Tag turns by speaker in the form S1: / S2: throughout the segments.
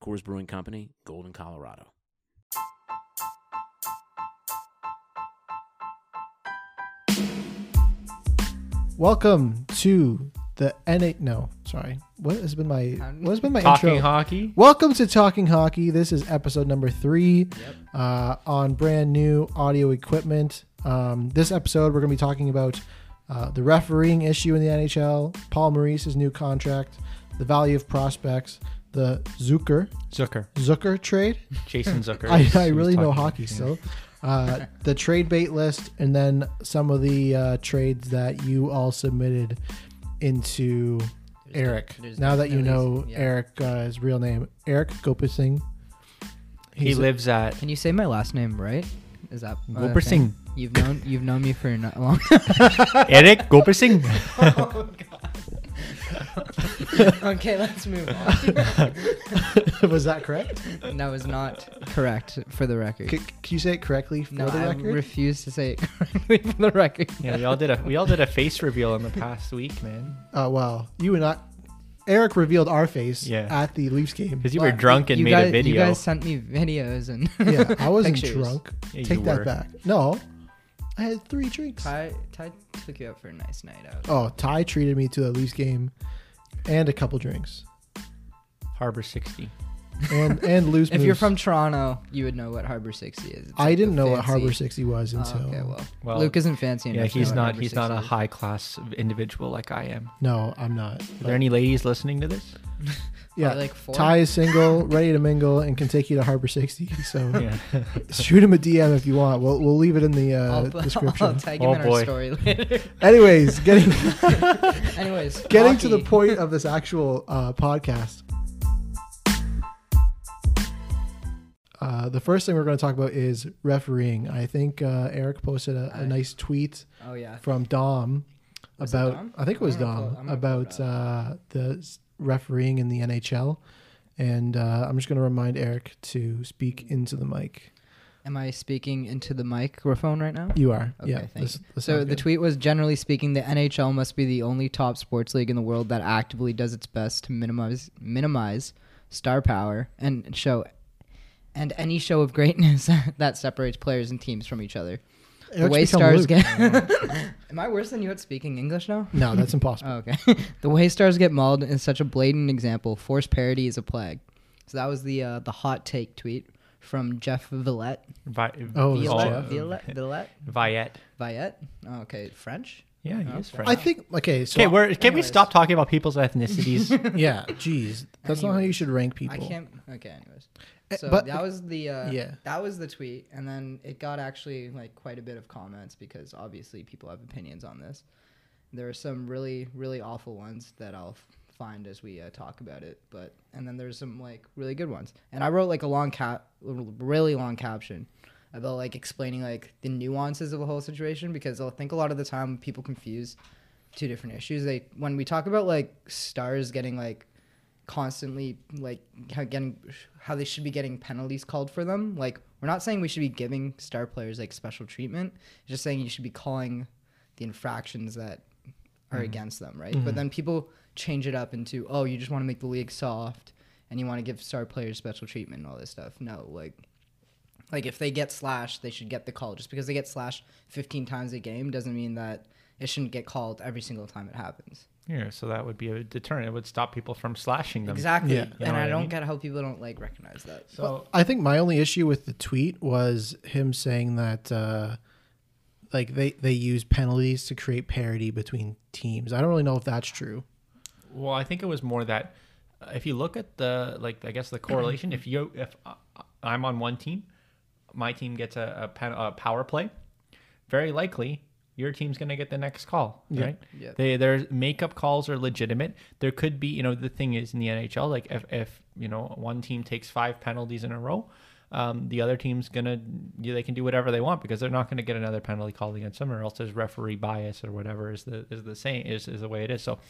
S1: Coors Brewing Company, Golden, Colorado.
S2: Welcome to the NA. No, sorry. What has been my what has been my
S3: Talking
S2: intro?
S3: hockey.
S2: Welcome to Talking Hockey. This is episode number three uh, on brand new audio equipment. Um, this episode, we're going to be talking about uh, the refereeing issue in the NHL, Paul Maurice's new contract, the value of prospects, the Zucker
S3: Zucker.
S2: Zucker trade.
S3: Jason Zucker.
S2: I,
S3: is
S2: I
S3: who's
S2: really know
S3: talking.
S2: hockey, so uh, the trade bait list, and then some of the uh, trades that you all submitted into Eric.
S4: there's
S2: now that you know
S4: definitely- yeah.
S2: Eric, uh, his real name, Eric Gopasing.
S3: He lives at.
S4: Can you say my last name right? Is that a
S3: Gopur
S4: thing?
S3: Singh.
S4: You've known you've known me for not long.
S3: Eric Gopersing.
S4: okay, let's move on.
S2: was that correct?
S4: that was not correct for the record.
S2: C- can you say it correctly for
S4: no,
S2: the
S4: I
S2: record?
S4: refuse to say it correctly for the record.
S3: yeah, we all did a we all did a face reveal in the past week, man.
S2: oh wow, you and I. Eric revealed our face
S3: Yeah.
S2: at the Leafs game.
S3: Because you
S4: Well,
S3: were drunk and
S4: you
S3: made
S4: guys,
S3: a video.
S4: You guys sent me videos and
S2: Yeah, I wasn't
S4: pictures.
S2: drunk.
S3: Yeah, you
S2: Take that
S3: were.
S2: back. No, I had three drinks.
S4: Ty, Ty took you out for a nice night out.
S2: Oh, Ty treated me to a Leafs game and a couple drinks
S3: Harbor 60.
S2: and and loose.
S4: if you're
S2: moose.
S4: from Toronto, you would know what Harbor 60 is. It's
S2: I
S4: like
S2: didn't
S4: the
S2: know what
S4: fancy-
S2: Harbor 60 was
S4: Oh,
S2: until
S4: okay, well,
S3: Well,
S4: Luke isn't fancy enough.
S3: Yeah,
S4: to
S3: he's
S4: know what
S3: not
S4: Harbor
S3: he's not a
S4: 60 is.
S3: high class individual like I am.
S2: no, I'm not.
S3: Are there any ladies listening to this?
S2: yeah,
S4: Probably like four.
S2: Ty is single, ready to mingle, and can take you to Harbor 60. So
S3: Yeah.
S2: shoot him a DM if you want. We'll we'll leave it in the uh,
S4: I'll,
S2: description.
S4: I'll tag him
S3: Oh,
S4: in
S3: boy.
S4: our story later.
S2: Anyways, getting
S4: Anyways,
S2: getting to the
S4: hockey.
S2: point of this actual uh, podcast. Uh, the first thing we're going to talk about is refereeing. I think uh, Eric posted a, a
S4: I-
S2: nice tweet
S4: Oh yeah.
S2: from Dom
S4: Was it
S2: about
S4: Dom?
S2: I think it was
S4: I'm gonna pull-
S2: Dom
S4: I'm gonna pull
S2: about
S4: it
S2: uh, the s- refereeing in the NHL, and uh, I'm just going to remind Eric to speak
S4: Mm-hmm.
S2: into the mic.
S4: Am I speaking into the microphone right now?
S2: You are,
S4: Okay,
S2: yeah.
S4: thank
S2: this-
S4: you.
S2: this
S4: So
S2: sounds
S4: the
S2: good.
S4: tweet was generally speaking, the NHL must be the only top sports league in the world that actively does its best to minimize minimize star power and show and any show of greatness that separates players and teams from each other. the
S2: Eric's
S4: way
S2: become
S4: stars
S2: Luke.
S4: get Am I worse than you at speaking English now?
S2: No, that's impossible.
S4: Oh, okay. the way stars get mauled is such a blatant example. Forced parody is a plague. So that was the uh, the hot take tweet from Jeff Villette.
S3: Vi-
S2: Oh, it's
S4: Villette,
S2: Jeff.
S4: Villette, Villette,
S3: Viet.
S4: Viette. Oh, okay, French.
S3: Yeah, he is French.
S4: Uh,
S2: I think okay. So
S3: okay, we're, can we
S4: anyways.
S3: stop talking about people's ethnicities?
S2: yeah, geez, that's not how you should rank people.
S4: I can't. Okay, anyways.
S2: Eh,
S4: So
S2: but-
S4: that was the uh,
S2: Yeah.
S4: that was the tweet, and then it got actually like quite a bit of comments because obviously people have opinions on this. There are some really really awful ones that I'll f- find as we uh, talk about it. But and then there's some like really good ones. And I wrote like a long cap, really long caption about like explaining like the nuances of the whole situation because I think a lot of the time people confuse two different issues. They when we talk about like stars getting like constantly like how getting how they should be getting penalties called for them. Like we're not saying we should be giving star players like special treatment. It's just saying you should be calling the infractions that are against them, right? But then people change it up into oh, you just want to make the league soft and you want to give star players special treatment and all this stuff. No, like like if they get slashed, they should get the call. Just because they get slashed 15 times a game doesn't mean that it shouldn't get called every single time it happens.
S3: Yeah, so that would be a deterrent. It would stop people from slashing them.
S4: Exactly.
S2: Yeah. You
S3: know
S4: and
S3: what
S4: I
S3: I
S4: don't
S3: mean?
S4: get how people don't like recognize that.
S3: So
S2: I think my only issue with the tweet was him saying that uh, like they they use penalties to create parity between teams. I don't really know if that's true.
S3: Well, I think it was more that uh, if you look at the like, I guess the correlation. if you if I- I'm on one team, my team gets a, a, pen, a power play. Very likely, your team's going to get the next call, right?
S4: Yeah.
S3: They their makeup calls are legitimate. There could be, you know, the thing is in the NHL, like if if you know one team takes five penalties in a row. Um, the other team's gonna yeah, they can do whatever they want because they're not gonna get another penalty called against them or else there's referee bias or whatever is the is the saying is, is the way it is so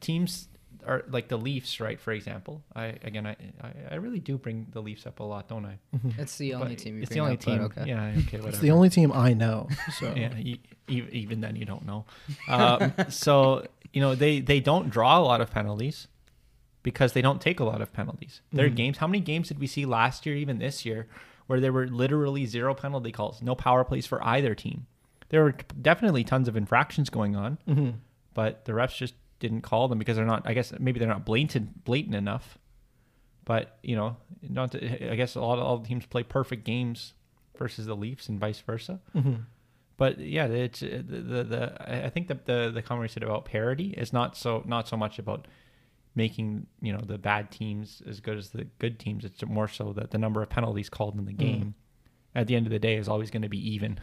S3: teams are like the Leafs, right? For example, I again, I I, I really do bring the Leafs up a lot, don't I?
S4: it's the only
S3: But
S4: team. You
S3: it's the
S4: bring
S3: only
S4: up, but
S3: team.
S4: Okay.
S3: Yeah. Okay. Whatever.
S2: It's the only team I know. So
S3: Yeah, e- e- even then you don't know. Um, so you know they they don't draw a lot of penalties because they don't take a lot of penalties. Their games. How many games did we see last year, even this year, where there were literally zero penalty calls, no power plays for either team? There were t- definitely tons of infractions going on, but the refs just didn't call them because they're not. I guess maybe they're not blatant blatant enough. But you know, not. To, I guess a lot of all the teams play perfect games versus the Leafs and vice versa.
S4: Mm-hmm.
S3: But yeah, it's uh, the the, the I I think the, the the comment we said about parity is not so not so much about making you know the bad teams as good as the good teams. It's more so that the number of penalties called
S4: Mm-hmm.
S3: in the game at the end of the day is always going to be even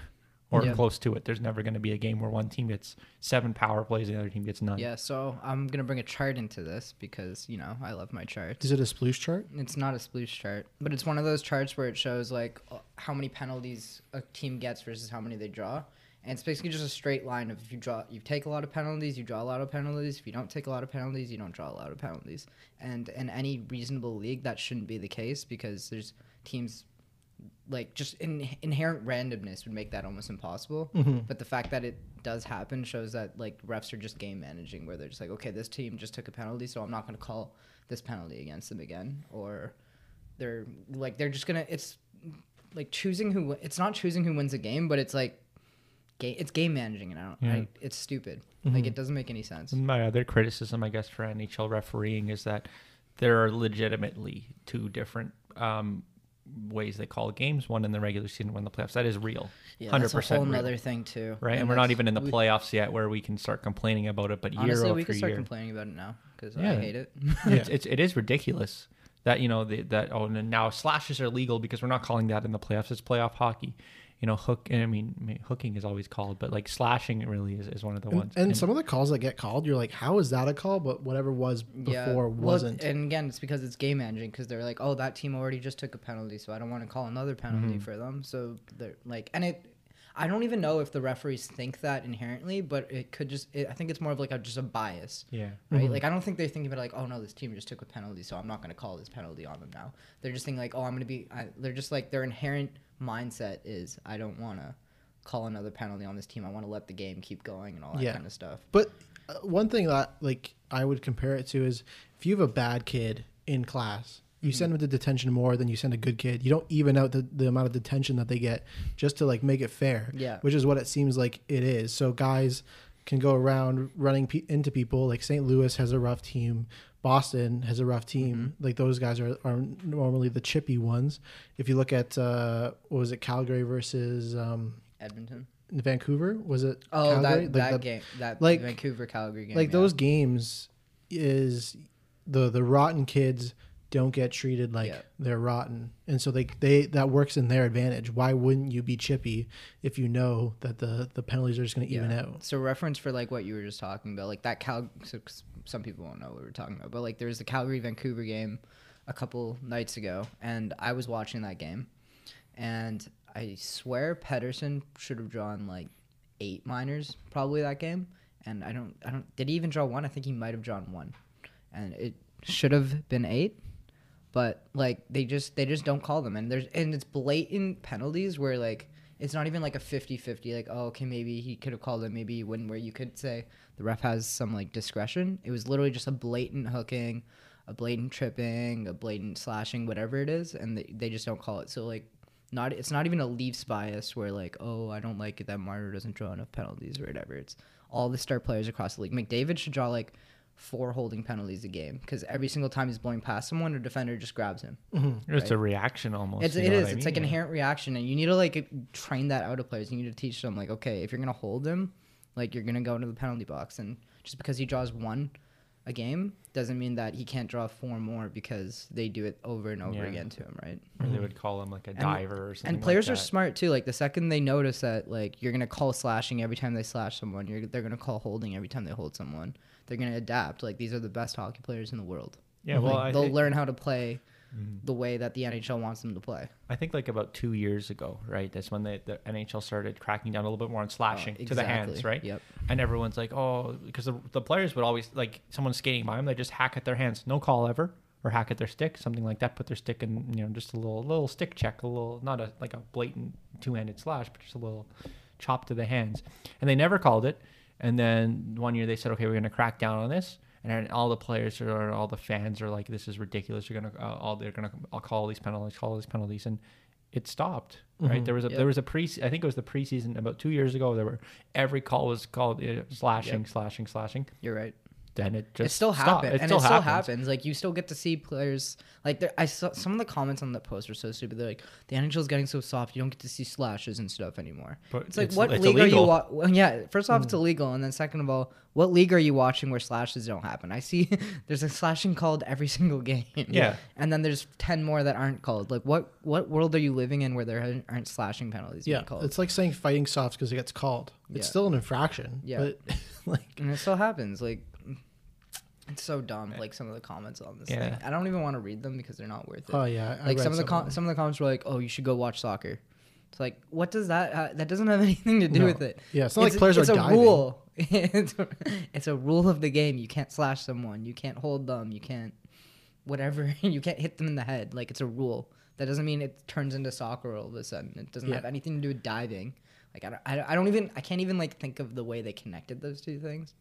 S3: or
S4: Yeah.
S3: close to it. There's never going to be a game where one team gets seven power plays and the other team gets none.
S4: Yeah, so I'm gonna bring a chart into this because you know I love my charts.
S2: is it a sploosh chart?
S4: It's not a sploosh chart, but it's one of those charts where it shows like uh, how many penalties a team gets versus how many they draw. And it's basically just a straight line of if you draw, you take a lot of penalties, you draw a lot of penalties. If you don't take a lot of penalties, you don't draw a lot of penalties. And in any reasonable league, that shouldn't be the case because there's teams like just in, inherent randomness would make that almost impossible.
S3: Mm-hmm.
S4: But the fact that it does happen shows that like refs are just game managing, where they're just like, okay, this team just took a penalty, so I'm not going to call this penalty against them again, or they're like they're just gonna. It's like choosing who. It's not choosing who wins a game, but it's like. Game, it's game managing, and I don't. I, it's stupid.
S3: Mm-hmm.
S4: Like it doesn't make any sense.
S3: My other criticism, I guess, for NHL refereeing is that there are legitimately two different um, ways they call games: one in the regular season, one in the playoffs. That is real,
S4: Yeah,
S3: hundred
S4: that's a
S3: percent
S4: whole
S3: real,
S4: another thing too.
S3: right? And, we're not
S4: that's-
S3: even in the
S4: we-
S3: playoffs yet, where we can start complaining about it. But year
S4: Honestly,
S3: over
S4: we could start
S3: year,
S4: complaining about it now because I
S3: Yeah.
S4: hate it.
S3: it's, it's it is ridiculous that you know the, that oh and now slashes are legal because we're not calling that in the playoffs. It's playoff hockey. You know, hook. I mean, I mean, hooking is always called, but like slashing really is, is one of the ones.
S2: And some of the calls that get called, you're like, how is that a call? But whatever was before
S4: well,
S2: wasn't.
S4: and again, it's because it's game managing because they're like, oh, that team already just took a penalty, so I don't want to call another
S2: Mm-hmm.
S4: penalty for them. So they're like, and it, I don't even know if the referees think that inherently, but it could just, it, I think it's more of like a, just a bias.
S3: yeah.
S4: Right,
S2: Mm-hmm.
S4: like I don't think they're thinking about like, oh no, this team just took a penalty, so I'm not going to call this penalty on them now. They're just thinking like, oh, I'm going to be. I, they're just like their inherent mindset is, I don't want to call another penalty on this team. I want to let the game keep going and all that
S2: Yeah.
S4: kind of stuff.
S2: But uh, one thing that like I would compare it to is if you have a bad kid in class, you
S4: Mm-hmm.
S2: send them to detention more than you send a good kid. You don't even out the, the amount of detention that they get just to like make it fair.
S4: Yeah.
S2: Which is what it seems like it is. So guys can go around running pe- into people like St. Louis has a rough team. Boston has a rough team.
S4: Mm-hmm.
S2: Like those guys are, are normally the chippy ones. If you look at uh, what was it, Calgary versus um,
S4: Edmonton.
S2: Vancouver? Was it?
S4: Oh, that,
S2: Calgary? Like
S4: that
S2: the-
S4: game, that
S2: like-
S4: Vancouver Calgary game.
S2: like
S4: yeah.
S2: those games is the the rotten kids don't get treated like
S4: Yeah.
S2: they're rotten and so they they that works in their advantage why wouldn't you be chippy if you know that the the penalties are just going to even
S4: Yeah.
S2: out
S4: So reference for like what you were just talking about, like that Cal. So, some people won't know what we're talking about, but like there was the Calgary Vancouver game a couple nights ago, and I was watching that game, and I swear Pedersen should have drawn like eight minors probably that game, and I don't, I don't, did he even draw one? I think he might have drawn one, and it should have been eight, but like they just they just don't call them, and there's and it's blatant penalties where like. It's not even like a 50-50, like, oh, okay, maybe he could have called it, maybe he wouldn't, where you could say the ref has some like discretion. It was literally just a blatant hooking, a blatant tripping, a blatant slashing, whatever it is, and they, they just don't call it. So like, not it's not even a Leafs bias where like, oh, I don't like it that Marner doesn't draw enough penalties or whatever. It's all the star players across the league. McDavid should draw like four holding penalties a game because every single time he's blowing past someone, a defender just grabs him.
S3: It's a reaction almost.
S4: Mm, It's,
S3: you
S4: it
S3: know
S4: is.
S3: what I
S4: It's like
S3: mean?
S4: an inherent reaction, and you need to like train that out of players. You need to teach them like, okay, if you're gonna hold him, like you're gonna go into the penalty box, and just because he draws one a game doesn't mean that he can't draw four more because they do it over and over
S3: Yeah.
S4: again to him, right?
S3: Or they would call him like a diver or something.
S4: Mm-hmm. And players
S3: like
S4: are
S3: that.
S4: smart too. Like the second they notice that, like you're gonna call slashing every time they slash someone, you're they're gonna call holding every time they hold someone. They're gonna adapt. Like these are the best hockey players in the world.
S3: Yeah, well,
S4: Like,
S3: I Mm-hmm.
S4: they'll
S3: think-
S4: learn how to play the way that the NHL wants them to play.
S3: I think like about two years ago, right? That's when the, the NHL started cracking down a little bit more on slashing to the hands,
S4: exactly.
S3: right?
S4: Yep.
S3: And everyone's like, oh, because the, the players would always like someone skating by them, they just hack at their hands, no call ever, or hack at their stick, something like that. Put their stick in, you know, just a little little stick check, a little not a like a blatant two handed slash, but just a little chop to the hands, and they never called it. And then one year they said, okay, we're going to crack down on this. And then all the players or all the fans are like, this is ridiculous. You're gonna uh, all they're gonna I'll call these penalties, call these penalties, and it stopped.
S4: Mm-hmm.
S3: Right there was a there was a pre I think it was the preseason about two years ago. There were every call was called uh, slashing, slashing, slashing.
S4: You're right.
S3: Then it just
S4: it still
S3: stopped.
S4: happens, and it still happens. Like you still get to see players. Like there, I saw some of the comments on that post were so stupid. They're like, the NHL's getting so soft, you don't get to see slashes and stuff anymore.
S3: But
S4: it's like
S3: it's-
S4: what
S3: it's
S4: league are you?
S3: illegal.
S4: Wa- well, yeah, first off, it's illegal, and then second of all, what league are you watching where slashes don't happen? I see there's a slashing called every single game.
S3: Yeah.
S4: and then there's ten more that aren't called. Like what what world are you living in where there aren't slashing penalties
S2: Yeah,
S4: being called?
S2: it's like saying fighting softs because it gets called. It's
S4: Yeah.
S2: still an infraction.
S4: Yeah.
S2: but like
S4: and it still happens. Like it's so dumb. Like some of the comments on this
S3: Yeah.
S4: thing, I don't even want to read them because they're not worth it.
S2: Oh, yeah, I
S4: like
S2: read
S4: some of the
S2: some of
S4: com-
S2: them.
S4: some of the comments were like, "Oh, you should go watch soccer." It's like, what does that? Ha- that doesn't have anything to do
S2: No.
S4: with it.
S2: Yeah, it's not like players
S4: it's
S2: are
S4: a
S2: diving.
S4: rule. it's, a, it's a rule of the game. You can't slash someone. You can't hold them. You can't whatever. you can't hit them in the head. Like it's a rule. That doesn't mean it turns into soccer all of a sudden. It doesn't
S2: Yeah.
S4: have anything to do with diving. Like I don't, I don't- I don't even I can't even like think of the way they connected those two things.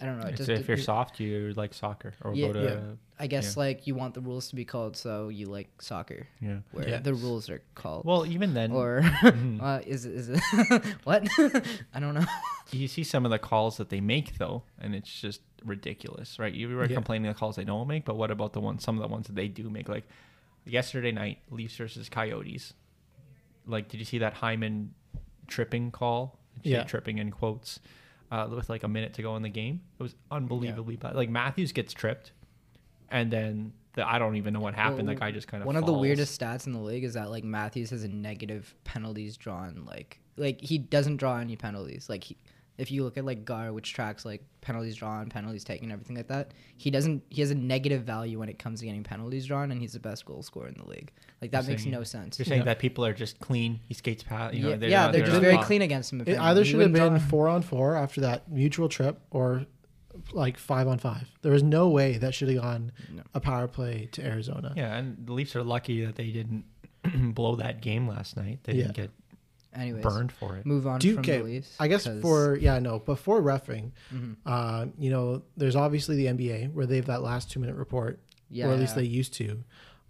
S4: I don't know. It just
S3: if you're
S4: it-
S3: soft, you like soccer or
S4: Yeah,
S3: go to
S4: I guess like you want the rules to be called, so you like soccer,
S3: yeah.
S4: where
S2: Yeah.
S4: the rules are called.
S3: Well, Mm-hmm. even then,
S4: or uh, is it- is it what? I don't know.
S3: you see some of the calls that they make though, and it's just ridiculous, right? You were
S2: Yeah.
S3: complaining the calls they don't make, but what about the ones some of the ones that they do make? Like yesterday night, Leafs versus Coyotes. Like, did you see that Hyman tripping call? She
S2: Yeah.
S3: tripping in quotes. Uh, with like a minute to go in the game, it was unbelievably bad. Like Matthews gets tripped, and then the, I don't even know what happened.
S4: Well,
S3: the guy just kind of
S4: One of the
S3: falls.
S4: weirdest stats in the league is that like Matthews has a negative penalties drawn. Like like he doesn't draw any penalties. Like he, if you look at like Gar, which tracks like penalties drawn, penalties taken, everything like that, he doesn't. He has a negative value when it comes to getting penalties drawn, and he's the best goal scorer in the league. Like that makes
S3: saying-
S4: no sense.
S3: You're saying that people are just clean. He skates past. You know,
S4: yeah, they're, yeah,
S3: not-
S4: they're, just
S3: not
S4: very
S3: on-
S4: clean against him. if
S2: it
S4: anything.
S2: either
S4: He
S2: should have
S4: wouldn't
S2: been
S4: draw-
S2: four on four after that mutual trip or like five on five. There was no way that should have gone a power play to Arizona.
S3: Yeah, and the Leafs are lucky that they didn't blow that game last night. They didn't
S2: Yeah.
S3: get
S4: Anyways,
S3: burned for it.
S4: Move on
S2: Do you,
S4: from
S2: okay,
S4: the Leafs.
S2: I guess
S4: 'cause- Mm-hmm.
S2: for yeah no before refereeing, uh, you know, there's obviously the NBA where they have that last two minute report, or at least
S4: Yeah.
S2: they used to,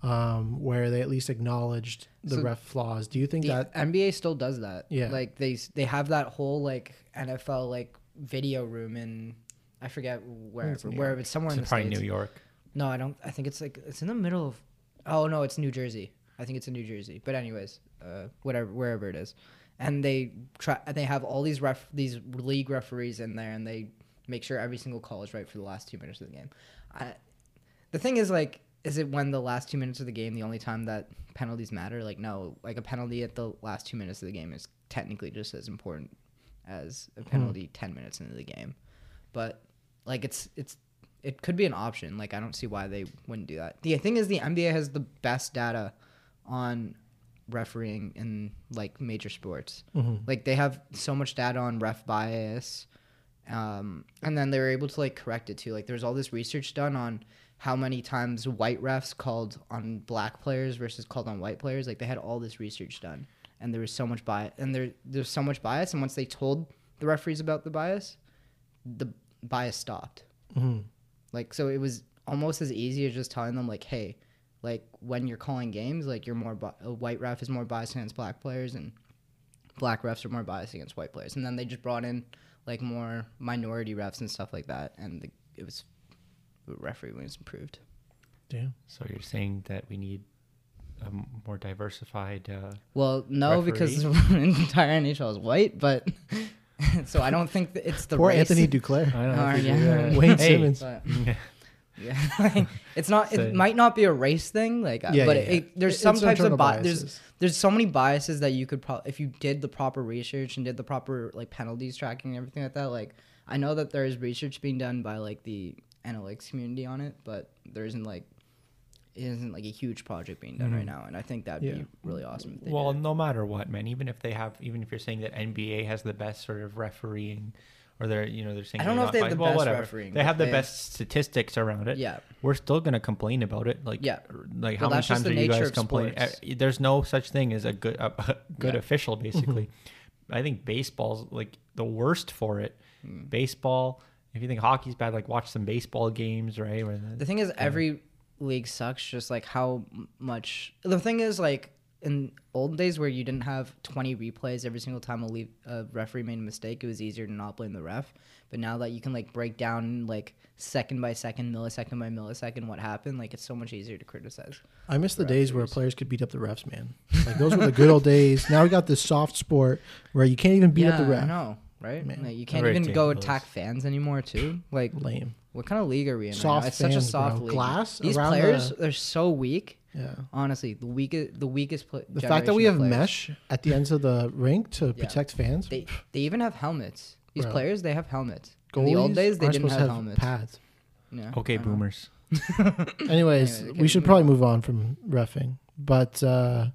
S2: um, where they at least acknowledged the
S4: So
S2: ref flaws. Do you think
S4: the
S2: that?
S4: NBA still does that.
S2: Yeah.
S4: like they s- they have that whole like NFL like video room in I forget wherever
S2: New
S4: wherever it's somewhere in the
S3: It's probably
S4: States.
S3: New York.
S4: No, I don't. I think it's like it's in the middle of. Oh no, it's New Jersey. I think it's in New Jersey. But anyways, uh, whatever, wherever it is, and they try. and They have all these ref, these league referees in there, and they make sure every single call is right for the last two minutes of the game. I, the thing is, like, is it when the last two minutes of the game the only time that penalties matter? Like, no, like a penalty at the last two minutes of the game is technically just as important as a penalty ten minutes into the game. But like, it's it's it could be an option. Like I don't see why they wouldn't do that. The thing is, the NBA has the best data on refereeing in like major sports. Like they have so much data on ref bias, um, and then they were able to like correct it too. Like there's all this research done on how many times white refs called on black players versus called on white players. Like they had all this research done, and there was so much bias, and there there's so much bias. And once they told the referees about the bias, the bias stopped.
S2: Mm-hmm.
S4: Like so, it was almost as easy as just telling them like, hey, like when you're calling games, like you're more bi- a white ref is more biased against black players, and black refs are more biased against white players. And then they just brought in like more minority refs and stuff like that, and the, it was the referee was improved.
S2: Damn.
S3: So you're saying that we need a m- more diversified. Uh,
S4: Well, no, because the entire NHL is white, but so I don't think that it's the
S2: Poor
S4: race.
S2: Anthony Duclair.
S3: I don't
S4: Oh,
S3: if you-
S4: yeah.
S3: uh,
S2: Wayne
S3: hey,
S2: Simmons.
S4: but- yeah, like, it's not.
S3: So-
S4: It might not be a race thing, like, uh,
S2: Yeah,
S4: but
S2: yeah,
S4: it,
S2: yeah.
S4: it- there's
S2: It's
S4: some types
S2: internal
S4: of bi- there's
S2: biases.
S4: there's so many biases that you could probably if you did the proper research and did the proper like penalties tracking and everything like that. Like, I know that there is research being done by like the analytics community on it, but there isn't like it isn't like a huge project being done right now, and I think that'd
S2: Mm-hmm. Yeah.
S4: be really awesome. If they
S3: Well,
S4: did.
S3: no matter what, man. Even if they have, even if you're saying that NBA has the best sort of refereeing, or they're, you know, they're saying
S4: I don't
S3: they're
S4: know if they have
S3: biased-
S4: the best refereeing,
S3: They
S4: but
S3: have the
S4: they-
S3: best statistics around it.
S4: Yeah.
S3: we're still gonna complain about it. Like,
S4: Yeah.
S3: r- like
S4: Well,
S3: how many
S4: that's just
S3: times
S4: the
S3: are you
S4: nature
S3: guys
S4: of
S3: complaining? Uh,
S4: sports.
S3: There's no such thing as a good, a, a good
S4: Yeah.
S3: official. Basically, I think baseball's like the worst for it.
S4: Hmm.
S3: Baseball. If you think hockey's bad, like watch some baseball games, right? Where
S4: The thing is, every league sucks. Just like how m- much. The thing is, like in old days where you didn't have 20 replays every single time a, leave, a referee made a mistake, it was easier to not blame the ref. But now that you can like break down like second by second, millisecond by millisecond, what happened, like it's so much easier to criticize.
S2: I miss the days where players could beat up the refs, man. Like those were the good old days. Now we got this soft sport where you can't even beat up the
S4: I
S2: ref.
S4: know, right?
S2: Man.
S4: Like, you can't
S3: Very
S4: even go
S3: dangerous.
S4: attack fans anymore, too. Like,
S2: Lame.
S4: what kind of league are we in? right now?
S2: Soft
S4: It's such a
S2: fans,
S4: soft
S2: bro.
S4: league.
S2: Glass
S4: These
S2: around
S4: players,
S2: the-
S4: they're so weak.
S2: Yeah.
S4: Honestly, the weakest, the weakest. Pl-
S2: The fact that we have
S4: generation
S2: mesh
S4: of players.
S2: at the ends of the rink to protect fans.
S4: They they even have helmets. These
S2: Bro.
S4: players they have helmets. In
S2: Goalies
S4: the old days they
S2: aren't
S4: didn't
S2: supposed
S4: have,
S2: to
S4: helmets.
S2: pads.
S4: Yeah.
S3: okay,
S4: I know.
S3: boomers.
S2: Anyways,
S4: Anyway, okay,
S2: we should
S4: move
S2: probably move on from refing. But uh,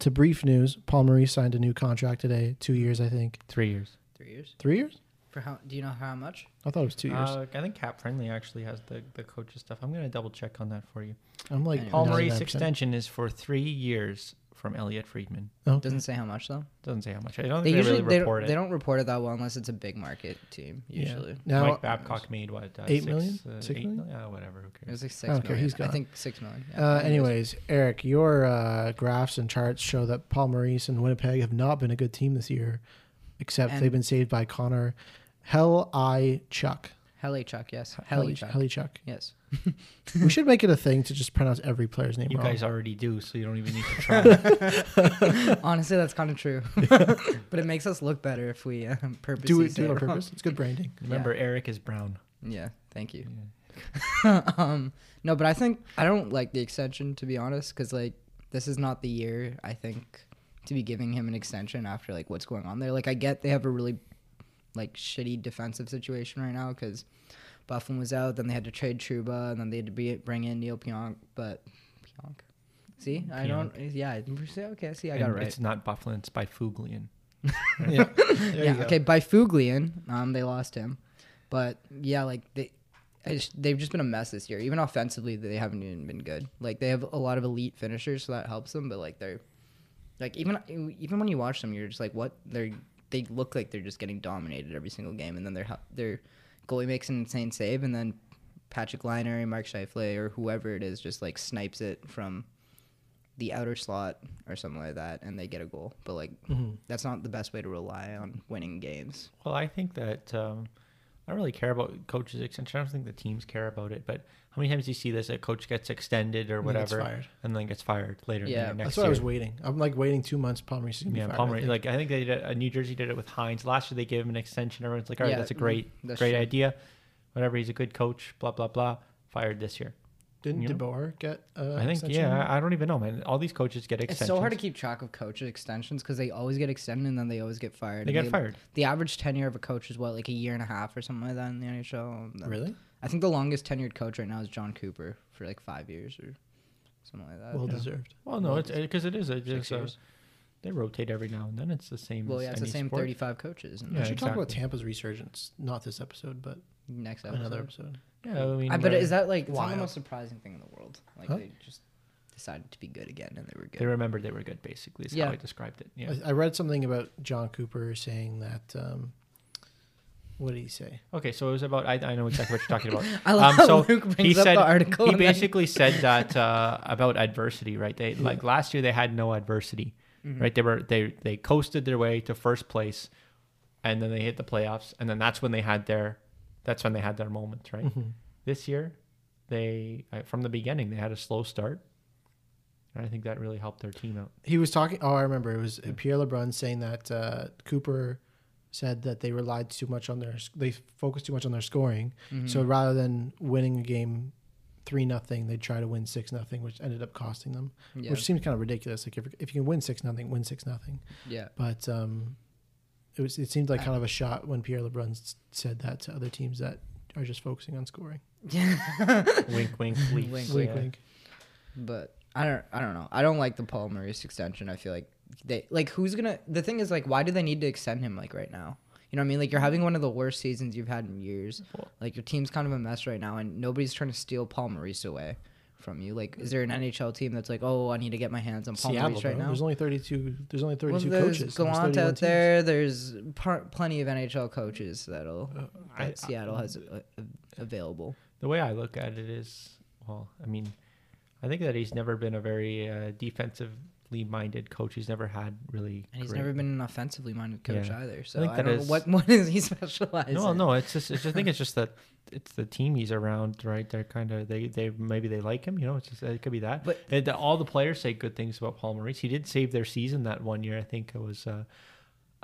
S2: to brief news, Paul Maurice signed a new contract today. Two years, I think.
S3: Three years.
S4: Three years
S2: Three years?
S4: for how? Do you know how much?
S2: I thought it was two years.
S3: Uh, I think Cap Friendly actually has the the coaches stuff. I'm gonna double check on that for you.
S2: I'm like
S4: Anyway.
S3: Paul Maurice
S2: 99%.
S3: extension is for three years from Elliot Friedman.
S2: Oh,
S4: Doesn't say how much though.
S3: Doesn't say how much. I don't
S4: They
S3: think they
S4: usually
S3: really
S4: they,
S3: report
S4: don't, they
S3: it.
S4: don't report it that well unless it's a big market team.
S2: yeah.
S4: Usually
S2: Now,
S3: Mike Babcock made what uh,
S2: Eight
S3: six,
S2: million?
S3: uh,
S2: Six
S3: eight
S2: million?
S3: million? Yeah, whatever. Who
S4: it
S3: cares?
S4: was like six
S2: Okay,
S4: million.
S2: he's
S4: I
S2: gone.
S4: think six million. yeah.
S2: Uh, anyways, Eric, your uh, graphs and charts show that Paul Maurice and Winnipeg have not been a good team this year, except
S4: And-
S2: they've been saved by Connor Hell I Chuck.
S4: Heli Chuck. Yes. Heli Chuck.
S2: Heli Chuck.
S4: Yes.
S2: we should make it a thing to just pronounce every player's name
S3: You
S2: wrong.
S3: guys already do, so you don't even need to try.
S4: Honestly, that's kind of true. but it makes us look better if we um, purposely
S2: do it,
S4: say
S2: do it on
S4: wrong.
S2: purpose. It's good branding.
S3: Remember, Eric is brown.
S4: Yeah, thank you. um, no, but I think I don't like the extension to be honest, because like this is not the year I think to be giving him an extension after like what's going on there. Like I get they have a really like shitty defensive situation right now because Buffon was out, then they had to trade Truba, and then they had to be, bring in Neil Pionk, but Pionk. See, I don't. Yeah, I- okay. See, I got
S3: And
S4: it right.
S3: It's not Bufflin, it's by Fuglian.
S2: yeah. There
S4: yeah,
S2: you go.
S4: okay. By Fuglian, um, they lost him, but yeah, like they, I just, they've just been a mess this year. Even offensively, they haven't even been good. Like they have a lot of elite finishers, so that helps them. But like they're, like even even when you watch them, you're just like, what? They're they look like they're just getting dominated every single game, and then their hel- their goalie makes an insane save, and then Patrick Liner and Mark Scheifele or whoever it is just like snipes it from the outer slot or something like that, and they get a goal. But like, that's not the best way to rely on winning games.
S3: Well, I think that um, I don't really care about coaches' extension. I don't think the teams care about it. But how many times do you see this? A coach gets extended or
S2: And then gets
S3: whatever,
S2: fired.
S3: and then gets fired later. in the
S4: Yeah,
S3: year,
S2: That's
S3: next
S2: what I was
S3: year.
S2: waiting. I'm like waiting two months. Paul Maurice is gonna be
S3: Yeah,
S2: fired, I
S3: Palmer.
S2: think.
S3: Like I think they did. uh, New Jersey did it with Hines last year. They gave him an extension. Everyone's like, all right,
S4: Yeah,
S3: that's a great,
S4: that's
S3: great
S4: true.
S3: idea. Whatever. He's a good coach. Blah blah blah. Fired this year.
S2: didn't
S3: you know?
S2: DeBoer get? Uh,
S3: I think.
S2: extension?
S3: Yeah, I I don't even know, man. All these coaches get extensions.
S4: It's so hard to keep track of coaches' extensions because they always get extended and then they always get fired.
S3: They
S4: And
S3: get fired.
S4: The average tenure of a coach is what, like a year and a half or something like that in the NHL. And then-
S2: Really?
S4: I think the longest tenured coach right now is John Cooper for like five years or something like that.
S2: Well
S4: Yeah.
S2: deserved.
S3: Well, no, it's because it is. It
S4: Six
S3: is uh,
S4: years.
S3: they rotate every now and then. It's the same.
S4: Well,
S3: as
S4: yeah, it's the
S3: any
S4: same
S3: sport.
S4: 35 coaches in
S3: Yeah,
S2: we should talk about
S3: exactly.
S2: Tampa's resurgence, not this episode, but
S4: next episode.
S2: another episode.
S3: Yeah, I mean,
S4: I, but
S3: uh,
S4: is that like it's not the
S2: Wild.
S4: most surprising thing in the world? Like
S2: Huh?
S4: they just decided to be good again and they were good.
S3: they remembered they were good. Basically, is
S4: Yeah.
S3: how I described it. Yeah.
S2: I, I read something about John Cooper saying that. Um, what did he say?
S3: Okay, so it was about. I, I know exactly what you're talking about.
S4: I love how Luke
S3: Um, he
S4: brings up
S3: said,
S4: the article
S3: He
S4: and then-
S3: basically said that uh, about adversity, right? They like last year they had no adversity,
S4: Mm-hmm.
S3: right? They were they they coasted their way to first place, and then they hit the playoffs, and then that's when they had their that's when they had their moment, right?
S4: Mm-hmm.
S3: This year, they uh, from the beginning they had a slow start, and I think that really helped their team out.
S2: He was talking. Oh, I remember. It was Pierre LeBrun saying that uh, Cooper said that they relied too much on their they focused too much on their scoring.
S4: Mm-hmm.
S3: Mm-hmm.
S2: So rather than winning a game three nothing, they try to win six nothing, which ended up costing them.
S4: Yeah.
S2: Which seems kind of ridiculous. Like if, if you can win six nothing, win six nothing.
S4: yeah.
S2: But um, it was it seemed like kind of a shot when Pierre LeBrun s- said that to other teams that are just focusing on scoring.
S3: wink, wink, Leafs.
S4: Wink,
S3: Yeah.
S2: Wink, wink.
S4: But I don't I don't know. I don't like the Paul Maurice extension. I feel like they like who's gonna the thing is like why do they need to extend him like right now? You know what I mean? Like you're having one of the worst seasons you've had in years. Like your team's kind of a mess right now and nobody's trying to steal Paul Maurice away from you. Like is there an NHL team that's like, Oh, I need to get my hands on Paul
S2: Seattle,
S4: Maurice right
S2: bro.
S4: now?
S2: There's only 32. There's only 32
S4: well, there's
S2: coaches. There's
S4: Gallant
S2: 31
S4: out
S2: teams.
S4: there. There's par- plenty of NHL coaches that'll that
S3: Uh, I- I-
S4: Seattle has uh, uh, available.
S3: the way I look at it is, well, I mean, I think that he's never been a very uh, defensively minded coach. He's never had really.
S4: And he's
S3: great-
S4: never been an offensively minded coach
S3: Yeah.
S4: either. So
S3: think
S4: I,
S3: that
S4: don't know
S3: is-
S4: what what is he specialized
S3: No,
S4: in?
S3: no, it's just. It's just I think it's just that it's the team he's around, right? They're kind of they they maybe they like him, you know. It's just it could be that.
S4: But-
S3: And the- all the players say good things about Paul Maurice. He did save their season that one year. I think it was. Uh,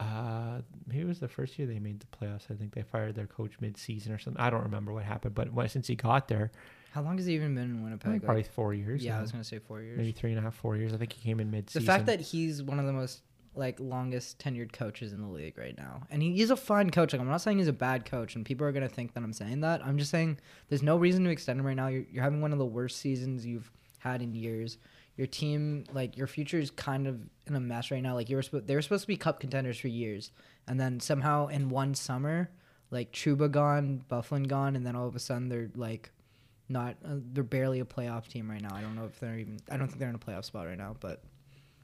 S3: uh, maybe it was the first year they made the playoffs. I think they fired their coach mid-season or something. I don't remember what happened, but when- since he got there,
S4: How long has he even been in Winnipeg?
S3: probably
S4: Like,
S3: four years.
S4: yeah, I
S3: now.
S4: was gonna say four years.
S3: maybe three and a half, four years. I think he came in
S4: the
S3: mid-season.
S4: fact that he's one of the most like longest tenured coaches in the league right now, and he, he's a fine coach. Like I'm not saying he's a bad coach, and people are gonna think that I'm saying that. I'm just saying there's no reason to extend him right now. You're, you're having one of the worst seasons you've had in years. Your team, like your future, is kind of in a mess right now. Like you were, supposed they were supposed to be cup contenders for years, and then somehow in one summer, like Truba gone, Bufflin gone, and then all of a sudden they're like not uh, they're barely a playoff team right now. I don't know if they're even. I don't think they're in a playoff spot right now, but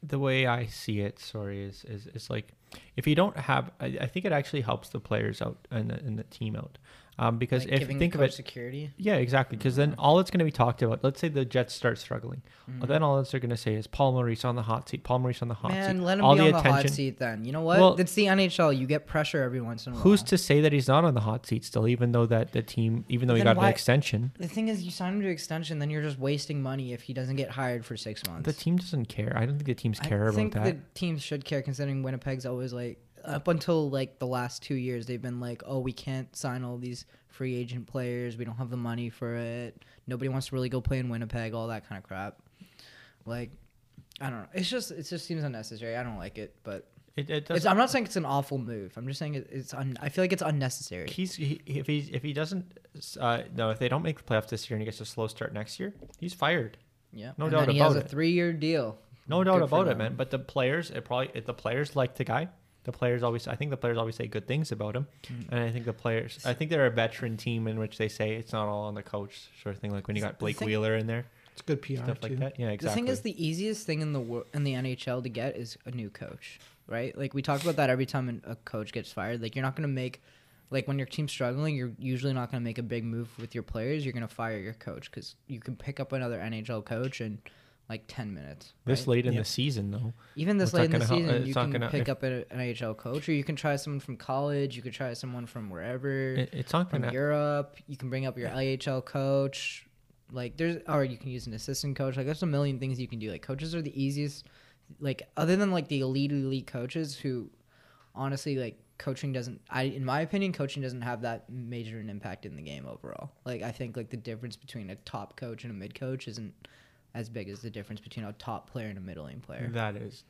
S3: the way I see it, sorry, is is, is like if you don't have, I, I think it actually helps the players out and the, and the team out, um, because
S4: like
S3: if
S4: giving
S3: think of
S4: coach
S3: it,
S4: security.
S3: yeah, exactly, because then all it's going to be talked about. Let's say the Jets start struggling,
S4: Mm-hmm.
S3: well, then all they're going to say is Paul Maurice on the hot seat, Paul Maurice on the hot
S4: Man,
S3: seat,
S4: let him
S3: all
S4: be
S3: the
S4: on the hot
S3: attention.
S4: seat then. You know what?
S3: Well-
S4: it's the NHL. You get pressure every once in a while.
S3: Who's to say that he's not on the hot seat still? Even though that the team, even though he
S4: Then
S3: got
S4: why-
S3: an extension,
S4: the thing is, you sign him to extension, then you're just wasting money if he doesn't get hired for six months.
S3: the team doesn't care. I don't think the teams care
S4: I
S3: about
S4: think
S3: that.
S4: the teams should care, considering Winnipeg's always like up until like the last two years, they've been like, oh, we can't sign all these free agent players. We don't have the money for it. Nobody wants to really go play in Winnipeg. All that kind of crap. Like, I don't know. It's just it just seems unnecessary. I don't like it, but.
S3: It, it
S4: It's,
S3: doesn't.
S4: I'm not saying it's an awful move. I'm just saying it, it's. Un, I feel like it's unnecessary.
S3: He's he, if he if he doesn't uh, no if they don't make the playoffs this year and he gets a slow start next year, he's fired.
S4: yeah,
S3: no
S4: and
S3: doubt
S4: then he has
S3: about
S4: a
S3: it.
S4: three-year deal.
S3: No doubt
S4: Good for
S3: about it,
S4: them.
S3: man. But the players, it probably it, the players like the guy. The players always, I think the players always say good things about him,
S4: Mm.
S3: and I think the players, I think they're a veteran team in which they say it's not all on the coach, sort of thing. Like when you got Blake
S4: thing-
S3: Wheeler in there,
S2: It's good PR
S3: stuff
S2: too.
S3: like that. Yeah, exactly.
S4: The thing is, the easiest thing in the wor- in the NHL to get is a new coach, right? Like we talk about that every time an- a coach gets fired. Like you're not going to make, like when your team's struggling, you're usually not going to make a big move with your players. You're going to fire your coach because you can pick up another NHL coach in like ten minutes.
S3: this
S4: right?
S3: late in the season, though,
S4: Even this
S3: Well, it's
S4: late in the
S3: not gonna
S4: season,
S3: hel-
S4: you
S3: it's not
S4: can
S3: gonna-
S4: pick
S3: if-
S4: up an NHL coach, or you can try someone from college. You could try someone from wherever
S3: it, it's not
S4: from
S3: gonna.
S4: Europe. You can bring up your IHL coach. Like there's, or you can use an assistant coach. Like there's a million things you can do. Like coaches are the easiest. Like other than like the elite elite coaches who, honestly, like coaching doesn't. I in my opinion, coaching doesn't have that major an impact in the game overall. Like I think like the difference between a top coach and a mid coach isn't as big as the difference between a top player and a middling player.
S3: That is,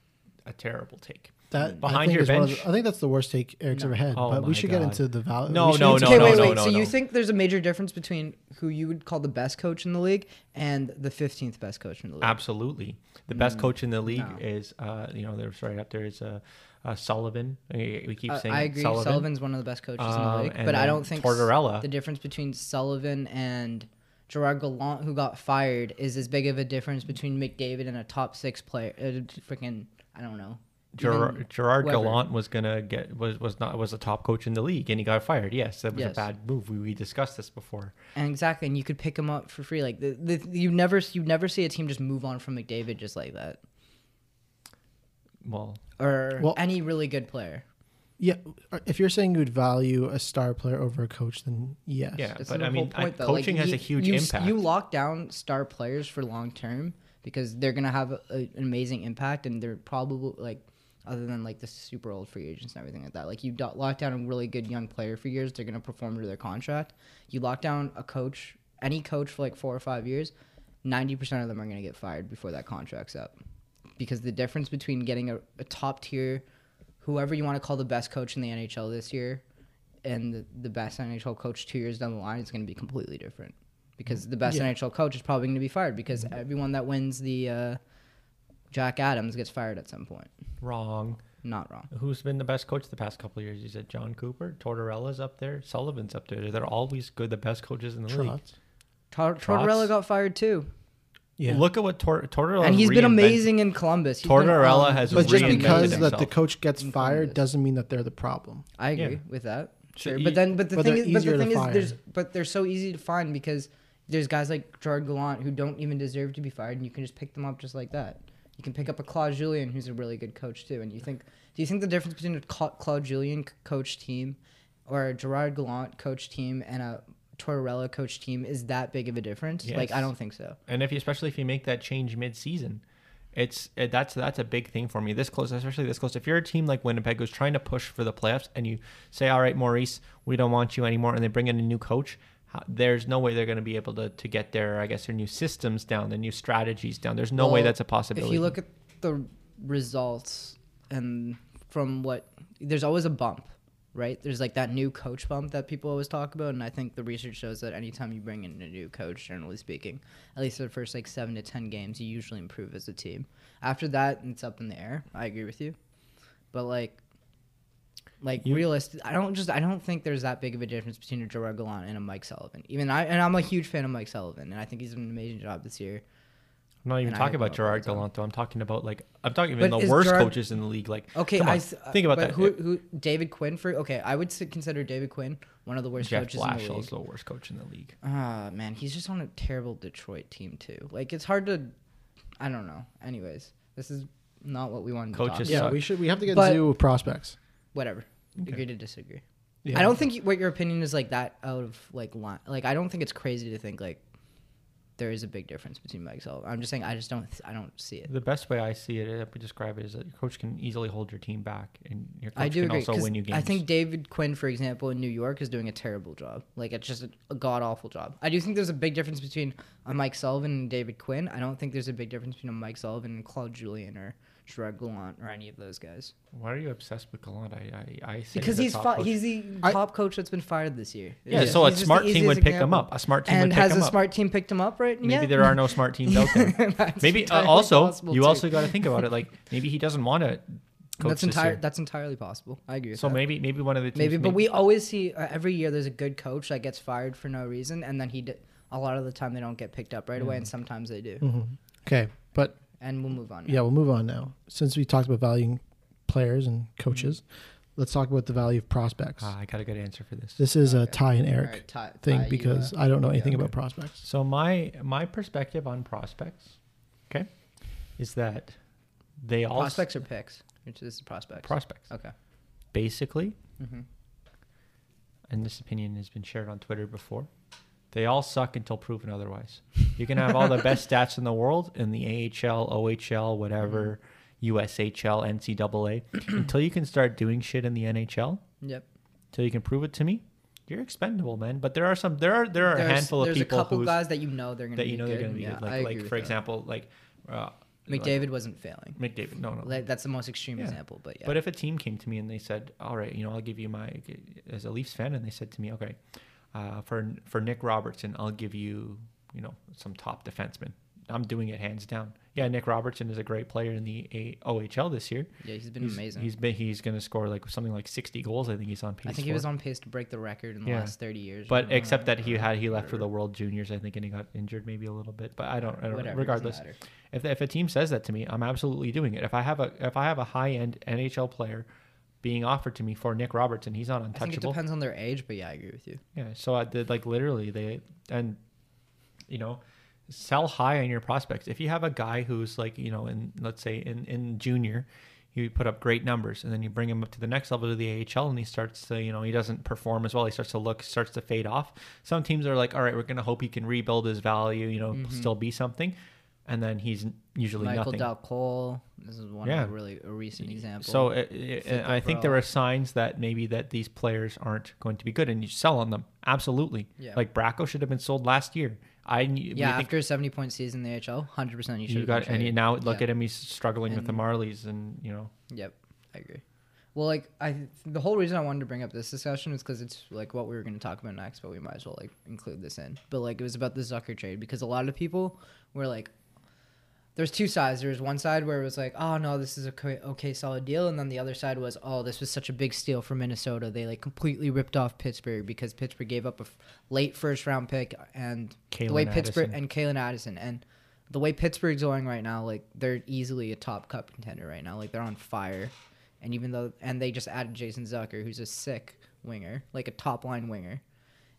S3: a terrible take.
S2: That
S3: Behind
S2: I think
S3: your
S2: is one of
S3: bench?
S2: the- I think that's the worst take Eric's ever had.
S3: Oh
S2: but we
S3: my
S2: should
S3: God.
S2: get into the value.
S3: No, no, no,
S4: okay,
S3: no,
S4: wait,
S3: no,
S4: wait.
S3: no,
S4: so
S3: no.
S4: you think there's a major difference between who you would call the best coach in the league and the 15th best coach in the league?
S3: Absolutely, the
S4: Mm.
S3: best coch coach in the league is uh, you know there's right up there is uh, uh, Sullivan. We we keep
S4: Uh,
S3: saying
S4: I agree.
S3: Sullivan.
S4: Sullivan's one of the best coaches in the
S3: Um,
S4: league,
S3: and
S4: but I
S3: then
S4: don't think s-
S3: Tortorella.
S4: the difference between Sullivan and Gerard Gallant, who got fired, is as big of a difference between McDavid and a top six player. Uh, freaking, I don't know.
S3: Gerard,
S4: Even
S3: Gerard
S4: whoever.
S3: Gallant was gonna get was was not was a top coach in the league and he got fired. Yes, that was
S4: Yes.
S3: a bad move. We, we discussed this before.
S4: And exactly, and you could pick him up for free. Like the, the, you never you never see a team just move on from McDavid just like that,
S3: Well,
S4: or
S2: Well-
S4: any really good player.
S2: Yeah, uh, if you're saying you would value a star player over a coach, then yes.
S3: yeah,
S4: That's
S3: but
S4: the
S3: I
S4: whole
S3: mean, I-
S4: point, though. Like,
S3: coaching has
S4: you-
S3: a huge
S4: you,
S3: impact.
S4: You lock down star players for long term because they're gonna have a, an amazing impact, and they're probably like, other than like the super old free agents and everything like that. Like you do- lock down a really good young player for years, they're gonna perform to their contract. You lock down a coach, any coach for like four or five years, ninety percent of them are gonna get fired before that contract's up, because the difference between getting a, a top tier, whoever you want to call the best coach in the NHL this year and the, the best NHL coach two years down the line is going to be completely different
S3: Mm.
S4: because the best NHL coach is probably going to be fired because
S3: Mm-hmm.
S4: everyone that wins the uh, Jack Adams gets fired at some point.
S3: wrong.
S4: Not wrong.
S3: Who's been the best coach the past couple of years? You said John Cooper, Tortorella's up there, Sullivan's up there. They're always good. The best coaches in the league.
S2: Trotz.
S4: Tor-
S3: Trotz?
S4: Tortorella got fired too,
S2: Yeah.
S3: Look at what Tor- Tortorella
S4: and he's been
S3: reinvented.
S4: amazing in Columbus. He's been
S3: Oh, Tortorella
S4: on-
S3: has
S2: But just
S3: reinvented
S2: because
S3: himself.
S2: that the coach gets fired doesn't mean that they're the problem.
S4: I agree
S3: Yeah.
S4: with that.
S3: So
S4: Sure.
S3: you-
S4: but then, but the
S2: e But
S4: thing
S2: they're
S4: is, but
S2: easier
S4: the
S2: to
S4: thing is, there's
S2: fire.
S4: but they're so easy to find because there's guys like Gerard Gallant who don't even deserve to be fired, and you can just pick them up just like that. You can pick up a Claude Julien who's a really good coach too, and you think, do you think the difference between a Cla- Claude Julien c- coach team or a Gerard Gallant coach team and a Tortorella coach team is that big of a difference? Like, I
S3: Yes.
S4: don't think so.
S3: and if you, especially if you make that change mid-season it's it, that's that's a big thing for me this close especially this close if you're a team like winnipeg who's trying to push for the playoffs and you say all right maurice we don't want you anymore and they bring in a new coach how- there's no way they're going to be able to, to get their i guess their new systems down their new strategies down there's no way
S4: Well,
S3: that's a possibility
S4: If you look at the results and from what there's always a bump, right? There's like that new coach bump that people always talk about, and I think the research shows that anytime you bring in a new coach, generally speaking, at least for the first like seven to ten games, you usually improve as a team. After that, it's up in the air. I agree with you, but like. Like realistic, I don't just I don't think there's that big of a difference between a Gerard Gallant and a Mike Sullivan. Even I and I'm a huge fan of Mike Sullivan, and I think he's done an amazing job this year.
S3: i'm not even
S4: and I
S3: talking
S4: don't
S3: about
S4: know
S3: gerard
S4: what's on.
S3: gallant though i'm talking about like i'm talking even
S4: But
S3: the
S4: is
S3: worst
S4: Gerard-
S3: coaches in the league like
S4: Okay,
S3: come on,
S4: I s- uh,
S3: think about
S4: but
S3: that
S4: Who, who David Quinn for? Okay, I would s- consider David Quinn one of the worst
S3: jeff
S4: coaches in the
S3: Blashill
S4: league.
S3: is the worst coach in the league
S4: Ah, man, he's just on a terrible Detroit team too. Like it's hard to, I don't know. Anyways, this is not what we wanted to
S3: Coaches
S4: talk.
S2: Yeah,
S4: about.
S3: suck.
S2: we should we have to get
S4: But-
S2: into prospects.
S4: Whatever. Agree to disagree.
S2: Yeah.
S4: I don't think you, what your opinion is like that out of like line. Like I don't think it's crazy to think like there is a big difference between Mike Sullivan. I'm just saying I just don't th- I don't see it.
S3: The best way I see it, I would describe it, is that your coach can easily hold your team back, and your coach
S4: I do
S3: can
S4: agree.
S3: also
S4: 'cause
S3: win you games.
S4: I think David Quinn, for example, in New York is doing a terrible job. Like it's just a, a god awful job. I do think there's a big difference between a Mike Sullivan and David Quinn. I don't think there's a big difference between a Mike Sullivan and Claude Julien or Gerard Gallant or any of those guys.
S3: Why are you obsessed with Gallant? I, I, I say
S4: Because
S3: the
S4: he's
S3: top
S4: fi-
S3: coach.
S4: he's the
S2: I-
S4: top coach that's been fired this year.
S3: yeah.
S4: He's-
S3: So a
S4: he's just the
S3: smart team would
S4: easiest
S3: pick him
S4: example.
S3: up. A smart team
S4: And
S3: would pick
S4: has
S3: him
S4: a
S3: up.
S4: smart team picked him up right
S3: Maybe
S4: yet?
S3: there are no smart teams out there.
S4: That's
S3: maybe uh,
S4: entirely
S3: also
S4: possible,
S3: you
S4: too.
S3: also got to think about it. Like maybe he doesn't want to coach
S4: that's
S3: this
S4: entire
S3: year.
S4: that's entirely possible. I agree. With
S3: So
S4: that.
S3: maybe maybe one of the teams
S4: Maybe, but
S3: make-
S4: we always see uh, every year there's a good coach that gets fired for no reason, and then he d- a lot of the time they don't get picked up right away,
S2: Mm-hmm.
S4: and sometimes they do.
S2: Okay, but
S4: And we'll move on. now.
S2: yeah, we'll move on now. Since we talked about valuing players and coaches, let's talk about the value of prospects.
S3: Ah, I got a good answer for this.
S2: this is a Ty and Eric
S4: Alright, Ty-
S2: thing
S4: Ty, you,
S2: because
S4: uh,
S2: I don't know anything about prospects.
S3: So my my perspective on prospects, okay, is that they all
S4: prospects or picks, which this is prospects.
S3: prospects.
S4: okay.
S3: basically,
S4: Mm-hmm.
S3: and this opinion has been shared on Twitter before, they all suck until proven otherwise. You can have all the best stats in the world in the AHL, OHL, whatever,
S4: Mm-hmm.
S3: USHL, NCAA, until you can start doing shit in the NHL,
S4: Yep.
S3: until you can prove it to me. You're expendable, man. But there are some, there are there are a
S4: There's-
S3: handful of
S4: there's
S3: people
S4: a couple
S3: who's-
S4: guys that you know they're going to
S3: that
S4: be
S3: you know
S4: good.
S3: they're going to be
S4: yeah,
S3: good. Like,
S4: I agree
S3: like
S4: with
S3: for
S4: that.
S3: example, like uh,
S4: McDavid wasn't failing.
S3: McDavid. No, no.
S4: Like, that's the most extreme
S3: Yeah.
S4: example, but yeah.
S3: But if a team came to me and they said, "All right, you know, I'll give you my," as a Leafs fan, and they said to me, "Okay, uh, for for Nick Robertson, I'll give you, you know, some top defenseman." I'm doing it hands down. Yeah, Nick Robertson is a great player in the a- OHL this year.
S4: yeah, he's been
S3: He's-
S4: amazing.
S3: He's been, he's going to score like something like 60 goals. I think he's on pace.
S4: I think he was
S3: for.
S4: on pace to break the record in the
S3: Yeah.
S4: last 30 years.
S3: But except that he had he left for the World Juniors, I think, and he got injured maybe a little bit. But I don't. I don't
S4: Whatever, doesn't
S3: regardless,
S4: matter.
S3: if if a team says that to me, I'm absolutely doing it. If I have a if I have a high end NHL player being offered to me for Nick Robertson, he's not
S4: I think it
S3: untouchable.
S4: depends on their age, but yeah, I agree with you.
S3: Yeah. So I did like literally they and you know sell high on your prospects. If you have a guy who's like you know in let's say in in junior. You put up great numbers, and then you bring him up to the next level to the AHL, and he starts to, you know, he doesn't perform as well. He starts to look, starts to fade off. Some teams are like, all right, we're going to hope he can rebuild his value, you know, still be something, and then he's usually
S4: Michael
S3: nothing.
S4: Del Cole, this is one
S3: Yeah.
S4: of the really a recent example.
S3: So it, it, and I think there are signs that maybe that these players aren't going to be good, and you sell on them absolutely.
S4: Yeah.
S3: Like Bracco should have been sold last year. I
S4: yeah,
S3: yeah. Think
S4: after a 70 point season in the AHL, 100% you should
S3: you
S4: have
S3: got
S4: been
S3: and
S4: traded.
S3: now look
S4: Yeah.
S3: at him. He's struggling with the Marlies, and you know.
S4: Yep, I agree. Well, like I, the whole reason I wanted to bring up this discussion is because it's like what we were going to talk about next, but we might as well like include this in. But like it was about the Zucker trade because a lot of people were like, there's two sides. There was one side where it was like, oh no, this is a okay, okay solid deal, and then the other side was, oh, this was such a big steal for Minnesota. They like completely ripped off Pittsburgh because Pittsburgh gave up a f- late first round pick and the
S3: Kalen
S4: way Pittsburgh
S3: Addison.
S4: and Kalen Addison and the way Pittsburgh's going right now, like they're easily a top cup contender right now. Like they're on fire, and even though and they just added Jason Zucker, who's a sick winger, like a top line winger,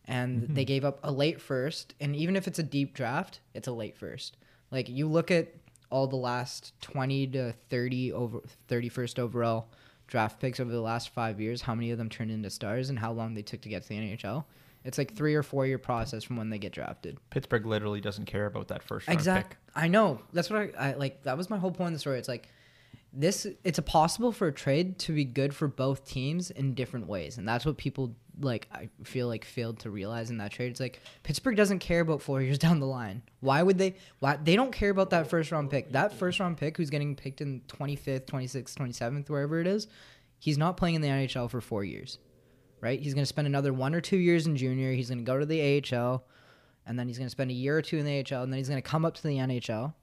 S4: and they gave up a late first, and even if it's a deep draft, it's a late first. Like you look at all the last twenty to thirty over thirty first overall draft picks over the last five years, how many of them turned into stars, and how long they took to get to the NHL. It's like three or four year process from when they get drafted.
S3: Pittsburgh literally doesn't care about that first round
S4: Exact-
S3: pick.
S4: I know. That's what I, I like. That was my whole point of the story. It's like this. It's a possible for a trade to be good for both teams in different ways, and that's what people like. I feel like failed to realize in that trade. It's like Pittsburgh doesn't care about four years down the line. Why would they? Why they don't care about that first round pick? That first round pick, who's getting picked in twenty fifth, twenty sixth, twenty seventh, wherever it is, he's not playing in the NHL for four years right? He's going to spend another one or two years in junior. He's going to go to the AHL, and then he's going to spend a year or two in the AHL, and then he's going to come up to the NHL,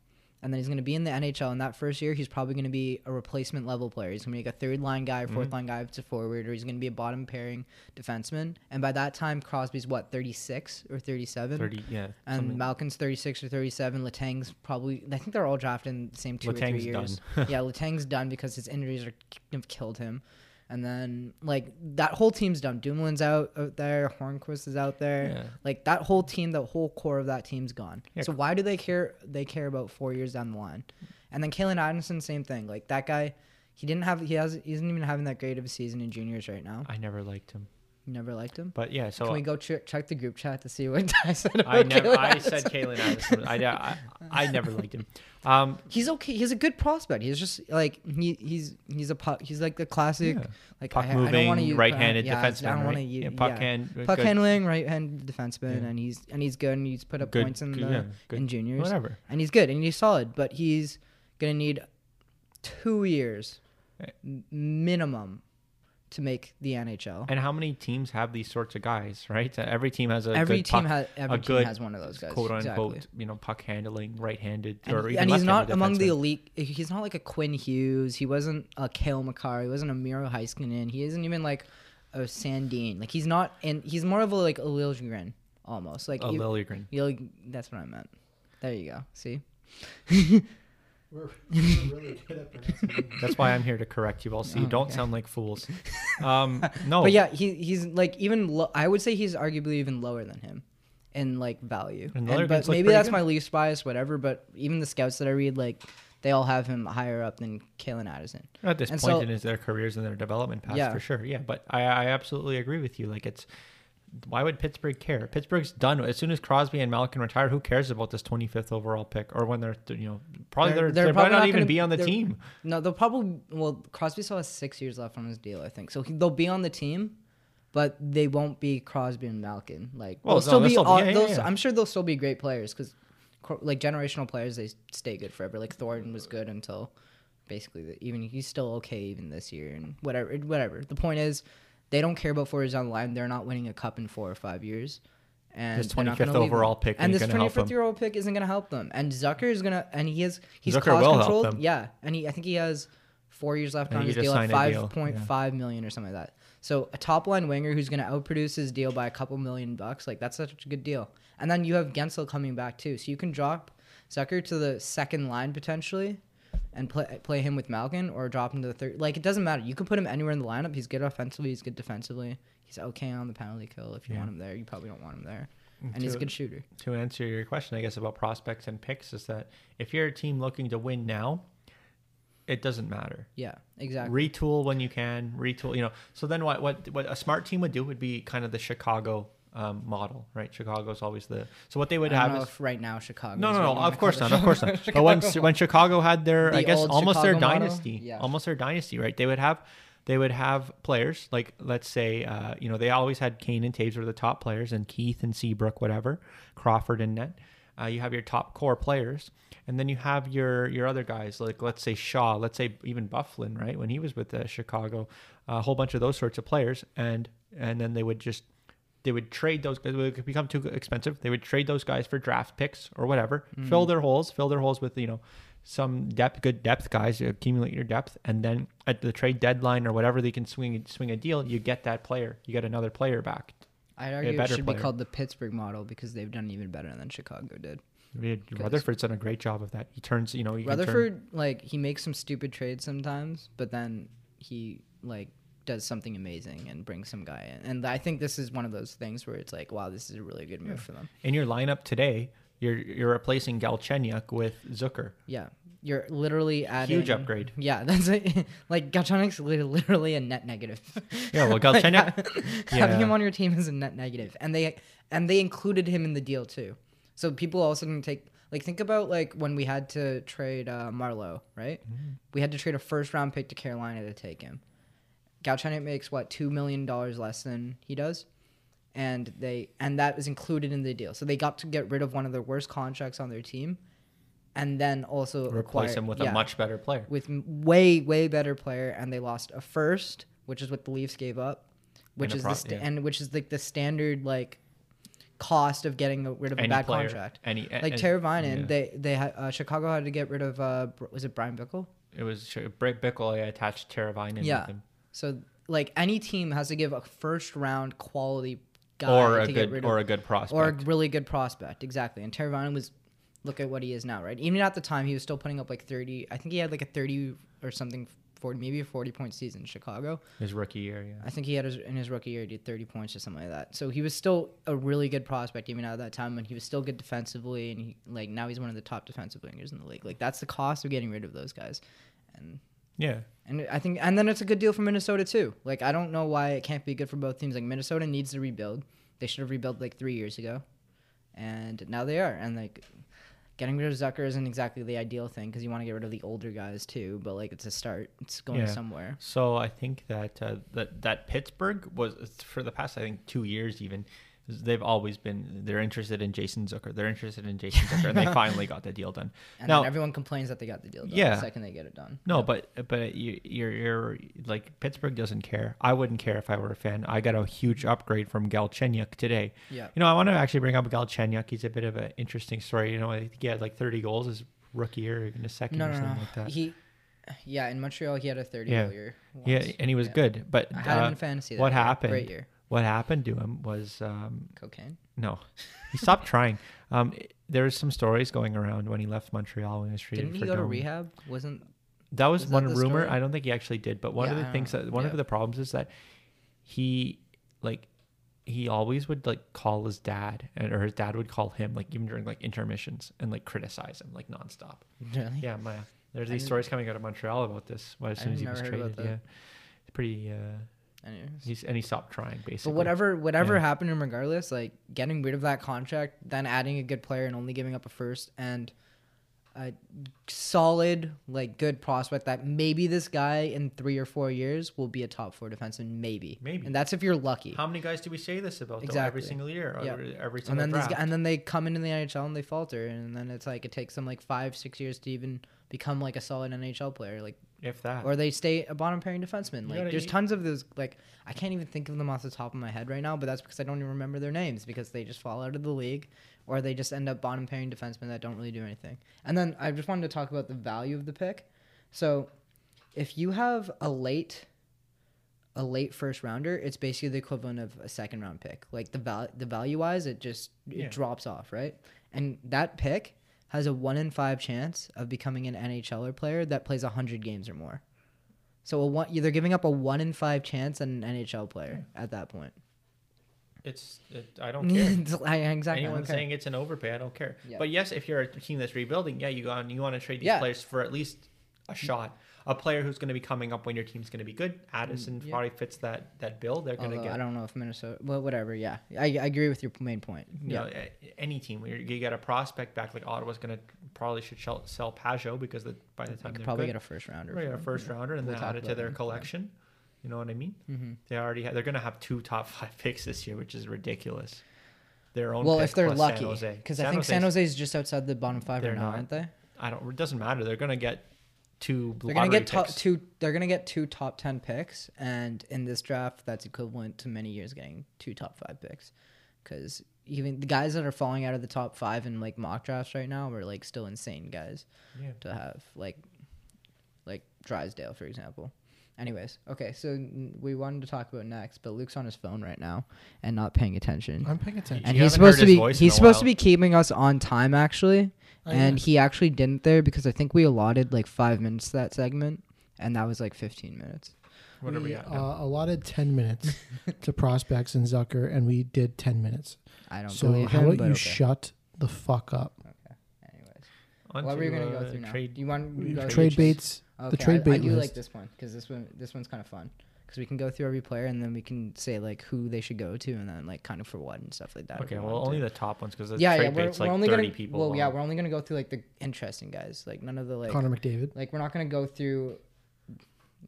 S4: and then he's going to be in the NHL. And that first year, he's probably going to be a replacement level player. He's going to be like a third line guy, 4th line guy, if it's a forward, or he's going to be a bottom pairing defenseman. And by that time, Crosby's what, 36 or 37?
S3: Thirty, yeah.
S4: And
S3: something-
S4: Malkin's 36 Um, or 37. Latang's probably, I think they're all drafted in the same two or three
S3: Letang's
S4: years. yeah, Latang's done because his injuries are, have killed him. And then, like, that whole team's done. Dumoulin's out, out there. Hornquist is out there.
S3: Yeah.
S4: Like, that whole team, the whole core of that team's gone.
S3: Yeah.
S4: So, why do they care? They care about four years down the line. And then Kalen Addison, same thing. Like, that guy, he didn't have, he, has, he isn't even having that great of a season in juniors right now.
S3: I never liked him,
S4: Never liked him.
S3: but yeah. So
S4: Can we go che- check the group chat to see what I said about
S3: I never.
S4: Kalen
S3: I
S4: Addison?
S3: said Kalen Addison. I, I I never liked him. Um,
S4: he's okay. He's a good prospect. He's just like he he's he's a puck. He's like the classic
S3: Yeah.
S4: like
S3: Puck
S4: I, I don't
S3: moving,
S4: want to use
S3: right-handed
S4: yeah, I
S3: defenseman,
S4: don't want
S3: right?
S4: to use
S3: Yeah, puck hand-
S4: puck
S3: good.
S4: handling, right-handed defenseman, and he's and he's good. And he's put up
S3: Good-
S4: points in the
S3: good- yeah, good-
S4: in juniors,
S3: whatever.
S4: And he's good and he's solid, but he's gonna need two years m- minimum to make the NHL.
S3: And how many teams have these sorts of guys, right? Uh, Every team has a
S4: Every
S3: good
S4: team
S3: puck-
S4: has- every
S3: a
S4: team
S3: good
S4: has one of those guys,
S3: quote unquote,
S4: exactly.
S3: you know, puck handling, right-handed,
S4: And,
S3: or
S4: he-
S3: even
S4: and he's not
S3: left-handed
S4: among the
S3: defenseman.
S4: elite. He's not like a Quinn Hughes. He wasn't a Kale McCarr. He wasn't a Miro Heiskanen. He isn't even like a Sandine. Like he's not, and he's more of a like a Liljegren almost. Like
S3: a
S4: you-
S3: Liljegren.
S4: you like- that's what I meant. There you go. See,
S2: We're, we're really good at pronouncing names.
S3: That's why I'm here to correct you all, so you don't sound like fools. Um, no,
S4: Oh, but yeah, he he's like even. Lo- I would say he's arguably even lower than him in like value.
S3: And
S4: And,
S3: Liljegren's
S4: but
S3: looked
S4: maybe
S3: pretty
S4: that's
S3: good.
S4: my least bias, whatever. But even the scouts that I read, like they all have him higher up than Kalen Addison.
S3: at this
S4: and
S3: point
S4: so-
S3: in his, their careers and their development path,
S4: Yeah.
S3: for sure. Yeah, but I, I absolutely agree with you. Like, it's why would Pittsburgh care? Pittsburgh's done as soon as Crosby and Malkin retire. Who cares about this 25th overall pick or when they're you know probably they're, they might not, even
S4: gonna-
S3: be on the
S4: they're-
S3: team.
S4: No, they'll probably well Crosby still has six years left on his deal, I think. So he, they'll be on the team, but they won't be Crosby and Malkin. Like
S3: Well,
S4: they'll
S3: no,
S4: still
S3: they'll
S4: be.
S3: still be-
S4: all,
S3: yeah, yeah,
S4: they'll-
S3: yeah.
S4: I'm sure they'll still be great players because cor- like generational players, they stay good forever. Like Thornton was good until basically the, even he's still okay even this year and whatever whatever. The point is, they don't care about four years down the line. They're not winning a cup in four or five years. And
S3: This
S4: they're not
S3: 25th
S4: gonna leave
S3: overall
S4: them.
S3: pick
S4: and
S3: ain't
S4: this
S3: gonna help
S4: 25th
S3: them.
S4: year old pick isn't going to help them. And Zucker is going to and he has he's
S3: Zucker
S4: cost
S3: will help
S4: controlled.
S3: them.
S4: Yeah, and he I think he has four years
S3: I
S4: left
S3: think
S4: on
S3: he
S4: his
S3: just
S4: deal at
S3: signed a deal,
S4: five point five million or something like that. So a top line winger who's going to outproduce his deal by a couple million bucks, like that's such a good deal. And then you have Gensel coming back too, so you can drop Zucker to the second line potentially, and play play him with Malkin or drop him to the third. Like it doesn't matter. You can put him anywhere in the lineup. He's good offensively. He's good defensively. He's okay on the penalty kill if you want him there. You probably don't want him there. And he's a
S3: Mm, To-
S4: good shooter.
S3: to answer your question, I guess, about prospects and picks is that if you're a team looking to win now, it doesn't matter.
S4: Yeah, exactly.
S3: Retool when you can, retool, you know. So then what what what a smart team would do would be kind of the Chicago um, model, right? Chicago's always the so what they would
S4: I don't
S3: have
S4: know
S3: is
S4: if right now Chicago.
S3: no,
S4: is
S3: no,
S4: what
S3: no.
S4: you wanna
S3: Of course
S4: call
S3: not.
S4: the
S3: Of course not. But when when Chicago had their, I
S4: The
S3: guess,
S4: old
S3: almost their
S4: Chicago motto?
S3: dynasty,
S4: Yeah.
S3: almost their dynasty, right? They would have, they would have players like, let's say, uh, you know, they always had Kane and Taves were the top players, and Keith and Seabrook, whatever, Crawford and Net. Uh, you have your top core players, and then you have your your other guys like let's say Shaw, let's say even Bufflin, right? When he was with uh, Chicago, a whole bunch of those sorts of players, and and then they would just they would trade those it would become too expensive they would trade those guys for draft picks or whatever
S4: Mm-hmm.
S3: fill their holes fill their holes with you know some depth good depth guys you accumulate your depth and then at the trade deadline or whatever they can swing swing a deal you get that player you get another player back
S4: I'd argue it
S3: better
S4: should
S3: player.
S4: be called the Pittsburgh model because they've done even better than Chicago did.
S3: Rutherford's done a great job of that he turns you know he can turn-
S4: Rutherford, like, he makes some stupid trades sometimes, but then he, like, does something amazing and brings some guy in. And I think this is one of those things where it's like, wow, this is a really good move for them.
S3: in your lineup today you're you're replacing Galchenyuk with Zucker
S4: Yeah. You're literally adding.
S3: huge upgrade
S4: Yeah, that's it. like Galchenyuk's li- literally a net negative.
S3: Yeah, well,
S4: Like,
S3: Galchenyuk-
S4: ha-
S3: yeah.
S4: having him on your team is a net negative, and they and they included him in the deal too. So people also didn't take like think about like when we had to trade uh, Marlowe, right?
S3: Mm-hmm.
S4: We had to trade a first round pick to Carolina to take him. Galchenyuk makes what two million dollars less than he does, and they and that was included in the deal. So they got to get rid of one of their worst contracts on their team, and then also
S3: replace
S4: acquire-
S3: him with
S4: yeah
S3: a much better player
S4: with m- way way better player, and they lost a first, which is what the Leafs gave up, which
S3: a
S4: is
S3: pro-
S4: the sta-
S3: yeah.
S4: and which is like the standard like cost of getting rid of
S3: Any
S4: a bad
S3: player,
S4: contract.
S3: any- a-
S4: like
S3: a-
S4: Teravainen,
S3: yeah.
S4: they they had uh, Chicago had to get rid of uh, Br- was it Brian Bickle?
S3: it was Brett Bickle I attached Teravainen
S4: yeah.
S3: with him
S4: So like any team has to give a first round quality guy
S3: or
S4: to
S3: a
S4: get
S3: good
S4: rid
S3: or a
S4: of,
S3: good prospect
S4: or a really good prospect exactly. And Teravainen was. Look at what he is now, right? Even at the time, he was still putting up like 30. I think he had like a 30 or something, 40, maybe a 40 point season in Chicago.
S3: his rookie year. Yeah.
S4: I think he had his, in his rookie year, he did 30 points or something like that. So he was still a really good prospect even at that time, and he was still good defensively, and he, like now he's one of the top defensive wingers in the league. Like that's the cost of getting rid of those guys, and
S3: Yeah.
S4: and I think and then it's a good deal for Minnesota too. Like I don't know why it can't be good for both teams. Like Minnesota needs to rebuild. They should have rebuilt like three years ago, and now they are. And like getting rid of Zucker isn't exactly the ideal thing because you want to get rid of the older guys too. But like it's a start. It's going
S3: Yeah.
S4: somewhere.
S3: So I think that uh, that that Pittsburgh was for the past I think two years even they've always been they're interested in Jason Zucker. They're interested in Jason Zucker, and they finally got the deal done.
S4: And
S3: now
S4: then everyone complains that they got the deal done
S3: Yeah.
S4: the second they get it done.
S3: no, but but you, you're you're like Pittsburgh doesn't care. I wouldn't care if I were a fan. I got a huge upgrade from Galchenyuk today.
S4: Yeah.
S3: You know, I want to actually bring up Galchenyuk. He's a bit of an interesting story. You know, I think he had like 30 goals his rookie year, in a second
S4: No,
S3: or
S4: no,
S3: something
S4: no.
S3: like that.
S4: He, yeah, in Montreal he had a 30
S3: Yeah.
S4: goal year.
S3: Yeah,
S4: once.
S3: and he was
S4: Yeah.
S3: good. But
S4: I had him
S3: uh,
S4: in fantasy. That
S3: what
S4: year.
S3: happened?
S4: Great year.
S3: What happened to him was um,
S4: Cocaine.
S3: no, he stopped trying. Um, there was some stories going around when he left Montreal when he was treated
S4: Didn't he
S3: for
S4: go to
S3: doping.
S4: rehab? Wasn't
S3: That was,
S4: Was that
S3: one
S4: the
S3: rumor.
S4: story?
S3: I don't think he actually did, but one
S4: Yeah,
S3: of
S4: I
S3: the
S4: don't
S3: things
S4: know.
S3: that one of
S4: Yeah.
S3: the problems is that he like he always would like call his dad and or his dad would call him like even during like intermissions and like criticize him like nonstop.
S4: really?
S3: Yeah, Maya. There's
S4: I
S3: these
S4: didn't-
S3: stories coming out of Montreal about this. well, as
S4: I
S3: soon as he
S4: never
S3: was
S4: heard about
S3: traded,
S4: that.
S3: yeah, it's pretty. Uh,
S4: Anyways.
S3: he's and he stopped trying basically.
S4: But whatever, whatever
S3: Yeah.
S4: happened to him, regardless, like getting rid of that contract, then adding a good player and only giving up a first and a solid, like good prospect that maybe this guy in three or four years will be a top four defenseman, maybe.
S3: Maybe.
S4: And that's if you're lucky.
S3: How many guys do we say this about though,
S4: Exactly.
S3: every single year,
S4: Yeah.
S3: every, every single
S4: and then these,
S3: draft?
S4: gu- and then they come into the NHL and they falter, and then it's like it takes them like five, six years to even become like a solid NHL player, like
S3: if that,
S4: or they stay a bottom pairing defenseman. Like
S3: gotta
S4: there's
S3: eat-
S4: tons of those. Like I can't even think of them off the top of my head right now, but that's because I don't even remember their names because they just fall out of the league, or they just end up bottom pairing defensemen that don't really do anything. And then I just wanted to talk about the value of the pick. So if you have a late a late first rounder, it's basically the equivalent of a second round pick. Like the val- the value wise, it just it
S3: Yeah.
S4: drops off, right? And that pick has a one in five chance of becoming an NHLer er player that plays hundred games or more. So a one, they're giving up a one in five chance at an NHL player at that point.
S3: it's it, I don't care.
S4: It's like- exactly. I
S3: Anyone
S4: don't care.
S3: saying it's an overpay, I don't care.
S4: Yeah.
S3: But yes, if you're a team that's rebuilding, yeah, you got you want to trade these
S4: Yeah. Mm.
S3: players for at least a shot. A player who's going to be coming up when your team's going to be good. Addison
S4: yeah.
S3: probably fits that that bill. They're going to
S4: Although
S3: get.
S4: I don't know if Minnesota. Well, whatever. Yeah, I, I agree with your main point.
S3: you
S4: Yeah,
S3: know, a- any team where you get a prospect back like Ottawa's going to probably should shell- sell Pajot because the, by the time
S4: could
S3: they're
S4: probably
S3: good,
S4: get a first rounder.
S3: Right, a
S4: for him,
S3: first
S4: yeah.
S3: rounder, and
S4: We'll
S3: then
S4: talk
S3: add it to
S4: about
S3: their
S4: him, yeah.
S3: collection. You know what I mean?
S4: Mm-hmm.
S3: They already have, they're going to have two top five picks this year, which is ridiculous. Their own.
S4: Well,
S3: pick
S4: if they're
S3: plus
S4: lucky,
S3: San Jose.
S4: because I think San
S3: Jose's-
S4: Jose is just outside the bottom five
S3: They're
S4: right now,
S3: not.
S4: aren't they?
S3: I don't. It doesn't matter. They're going to get two.
S4: They're gonna
S3: lottery
S4: get top
S3: picks.
S4: two. They're gonna get two top ten picks, and in this draft, that's equivalent to many years getting two top five picks, because even the guys that are falling out of the top five in like mock drafts right now are like still insane guys
S3: Yeah.
S4: to have, like like Drysdale for example. Anyways, okay, so n- we wanted to talk about next, but Luke's on his phone right now and not paying attention.
S2: I'm paying attention.
S4: and
S3: You
S4: he's
S3: haven't heard
S4: supposed to
S3: his
S4: be
S3: voice in
S4: he's
S3: a
S4: supposed to
S3: while.
S4: be keeping us on time actually
S2: Oh,
S4: and
S2: yeah.
S4: he actually didn't there because i think we allotted like five minutes to that segment and that was like 15 minutes
S3: What are we
S2: we
S3: at?
S2: uh,
S3: now?
S2: allotted 10 minutes to prospects and Zucker, and we did 10 minutes.
S4: i don't
S2: So
S4: believe
S2: how
S4: him
S2: about
S4: but
S2: you
S4: okay.
S2: shut the fuck up?
S4: anyways
S3: On
S4: what were
S3: to,
S4: you gonna
S3: uh,
S4: go through now
S3: Trade.
S4: you want to go
S2: Trade
S4: through-
S2: baits.
S4: okay,
S2: the trade
S4: I, I
S2: bait
S4: do like
S2: list.
S4: this one because this one this one's kind of fun because we can go through every player and then we can say like who they should go to and then like kind of for what and stuff like that if
S3: Okay,
S4: we
S3: well,
S4: want
S3: only
S4: to.
S3: the top ones because the
S4: yeah
S3: trade
S4: yeah we're,
S3: bait's
S4: we're
S3: like
S4: only
S3: 30
S4: gonna
S3: people.
S4: well yeah
S3: long.
S4: we're only gonna go through like the interesting guys like none of the like
S2: Connor McDavid.
S4: Like we're not gonna go through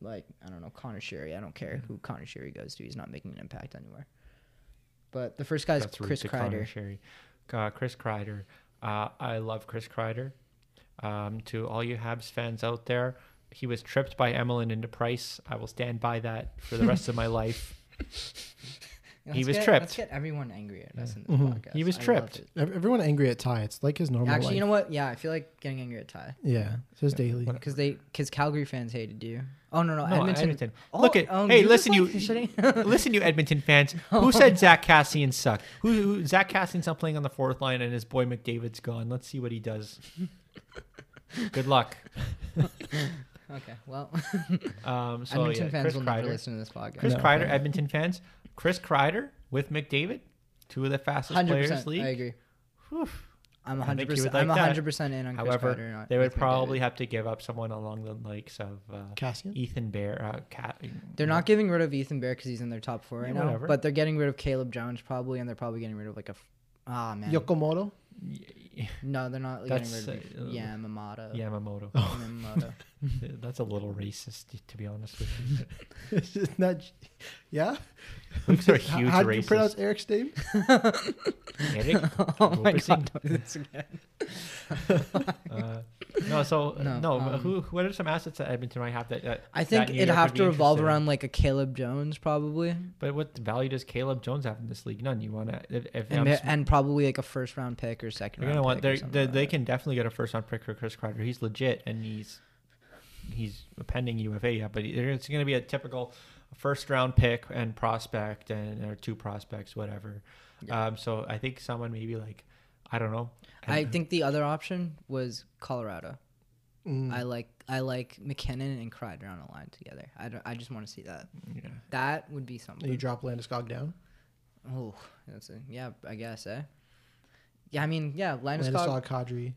S4: like I don't know, Connor Sherry. I don't care who Connor Sherry goes to, he's not making an impact anywhere. But the first guy's
S3: That's rude
S4: Chris
S3: to Connor
S4: Kreider.
S3: Sherry. Uh, Chris Kreider. Uh, I love Chris Kreider. Um, to all you Habs fans out there, he was tripped by Emelin into Price. I will stand by that for the rest of my life.
S4: Let's
S3: He was
S4: get,
S3: tripped. Mm-hmm.
S4: Let's get everyone angry at us in this podcast.
S3: He was
S4: I love
S3: tripped.
S4: it.
S2: Ev- Everyone angry at Ty. It's like his normal
S4: Actually, you
S2: life.
S4: know what? Yeah, I feel like getting angry at Ty
S2: Yeah, it's his daily.
S4: because they because Calgary fans hated you. Oh no no,
S3: No,
S4: Edmonton.
S3: Edmonton.
S4: Oh,
S3: Look at
S4: um,
S3: hey,
S4: you just
S3: listen,
S4: like
S3: you
S4: shitting-
S3: listen, you Edmonton fans. Who said Zach Cassian sucked? Who, who Zach Cassian's not playing on the fourth line, and his boy McDavid's gone. Let's see what he does. Good luck.
S4: okay, well,
S3: Um, so
S4: Edmonton
S3: yeah,
S4: fans
S3: Chris
S4: will
S3: Kreider.
S4: never listen to this podcast.
S3: Chris
S2: No.
S3: Kreider, Edmonton fans. Chris Kreider with McDavid, two of the fastest
S4: Hundred
S3: players in
S4: percent,
S3: the
S4: I
S3: league.
S4: agree.
S3: Whew.
S4: I'm
S3: I think you
S4: 100.
S3: would
S4: I'm
S3: like that.
S4: 100 percent in on Chris Kreider.
S3: However,
S4: not
S3: they would
S4: with McDavid.
S3: probably have to give up someone along the likes of uh,
S2: Cassian.
S3: Ethan Bear. Uh, Cat,
S4: They're not getting rid of Ethan Bear because he's in their top four right
S3: Yeah,
S4: now,
S3: whatever.
S4: but they're getting rid of Caleb Jones probably, and they're probably getting rid of like a. f- Ah man,
S2: Yokomoto.
S4: no, they're not getting
S3: That's,
S4: rid of
S3: uh,
S4: Yamamoto.
S3: Yamamoto.
S2: Oh.
S4: Yamamoto.
S3: That's a little racist, to be honest with you.
S2: Isn't that? Yeah.
S3: Luke's a huge
S2: How do you
S3: racist.
S2: pronounce Eric's name?
S3: Eric
S4: oh my
S3: Robeson?
S4: god, don't do this again.
S3: Uh, no, so no.
S4: No,
S3: no
S4: um,
S3: who? What are some assets that Edmonton might have that? that
S4: I
S3: that
S4: think
S3: New
S4: it'd
S3: York
S4: have
S3: would be
S4: to revolve
S3: interested in?
S4: around like a Caleb Jones probably,
S3: But what value does Caleb Jones have in this league? None. You want to? If, if
S4: and,
S3: I'm
S4: ma-
S3: sm-
S4: and probably like a first round pick or second.
S3: They're
S4: round
S3: gonna want.
S4: pick
S3: They
S4: or
S3: are
S4: something
S3: they
S4: like
S3: they
S4: that.
S3: can definitely get a first round pick for Chris Kreider. He's legit, and he's he's a pending UFA. Yeah, but there- it's gonna be a typical first round pick and prospect and or two prospects, whatever. Um, so I think someone maybe like I don't know.
S4: I think the other option was Colorado.
S2: Mm.
S4: I like I like McKinnon and Kreider on a line together. I don't, I just want to see that.
S3: Yeah.
S4: That would be something.
S2: You drop Landeskog down.
S4: Oh, that's a, yeah, I guess, eh? Yeah, I mean, yeah, Linus Cog,
S2: Landeskog, Kadri.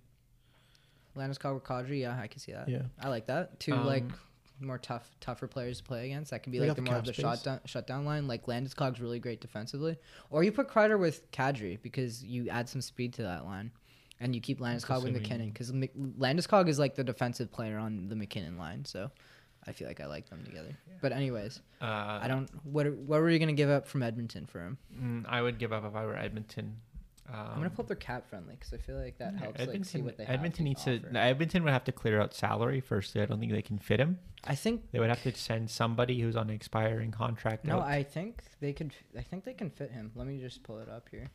S4: Linus Cog, Kadri, yeah, I can see that.
S2: Yeah.
S4: I like that. Two like
S3: Um,
S4: more tough, tougher players to play against. That can be
S2: They got
S4: like the
S2: the
S4: more of
S2: cap
S4: the
S2: space.
S4: shot down, shutdown line. Like Landis Cog's really great defensively, or you put Kreider with Kadri because you add some speed to that line, and you keep Landeskog with
S3: assuming-
S4: McKinnon because Landeskog is like the defensive player on the McKinnon line. So I feel like I like them together. But anyways,
S3: Uh,
S4: I don't. What are- what were you gonna give up from Edmonton for him?
S3: mm, I would give up if I were Edmonton. Um,
S4: I'm gonna pull up their cap friendly because I feel like that helps
S3: Edmonton,
S4: like see what they have
S3: Edmonton needs
S4: offer.
S3: to. Edmonton would have to clear out salary firstly. I don't think they can fit him.
S4: I think
S3: They would have to send somebody who's on an expiring contract.
S4: No,
S3: out.
S4: I think they could. I think they can fit him. Let me just pull it up here.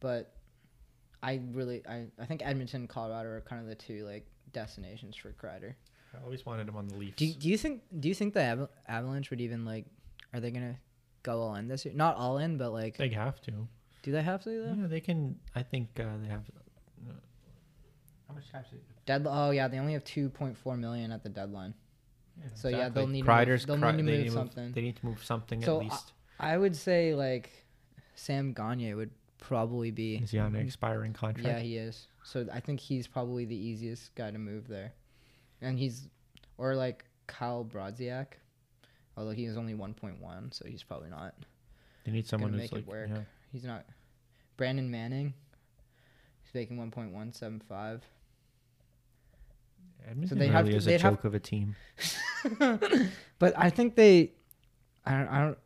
S4: But I really, I, I think Edmonton, and Colorado are kind of the two like destinations for Kreider.
S3: I always wanted him on the Leafs.
S4: Do you- Do you think Do you think the Ava- Avalanche would even like? Are they gonna go all in this year? Not all in, but like,
S3: they Mm-hmm. have to.
S4: do they have to though?
S3: Yeah, they can. I think uh, they have. How much time?
S4: Dead. Oh yeah, they only have two point four million at the deadline. So yeah, they'll need to move-
S3: Kreider's
S4: they'll need
S3: Kri-
S4: to
S3: they
S4: move
S3: need to move-
S4: something.
S3: They need to move something
S4: So,
S3: at least.
S4: I would say like Sam Gagne would probably be
S3: Is he on an expiring contract?
S4: uh, mm-hmm. Yeah, he is. So I think he's probably the easiest guy to move there, and he's or like Kyle Brodziak, although he is only one point one, so he's probably not
S3: They need someone
S4: gonna
S3: who's
S4: make
S3: like.
S4: it work.
S3: Yeah.
S4: He's not. Brandon Manning, he's making one point one seven five.
S3: Edmonton
S4: they'd
S3: really
S4: have to-
S3: is a
S4: they'd have-
S3: joke of a team.
S4: But I think they, I don't, I don't.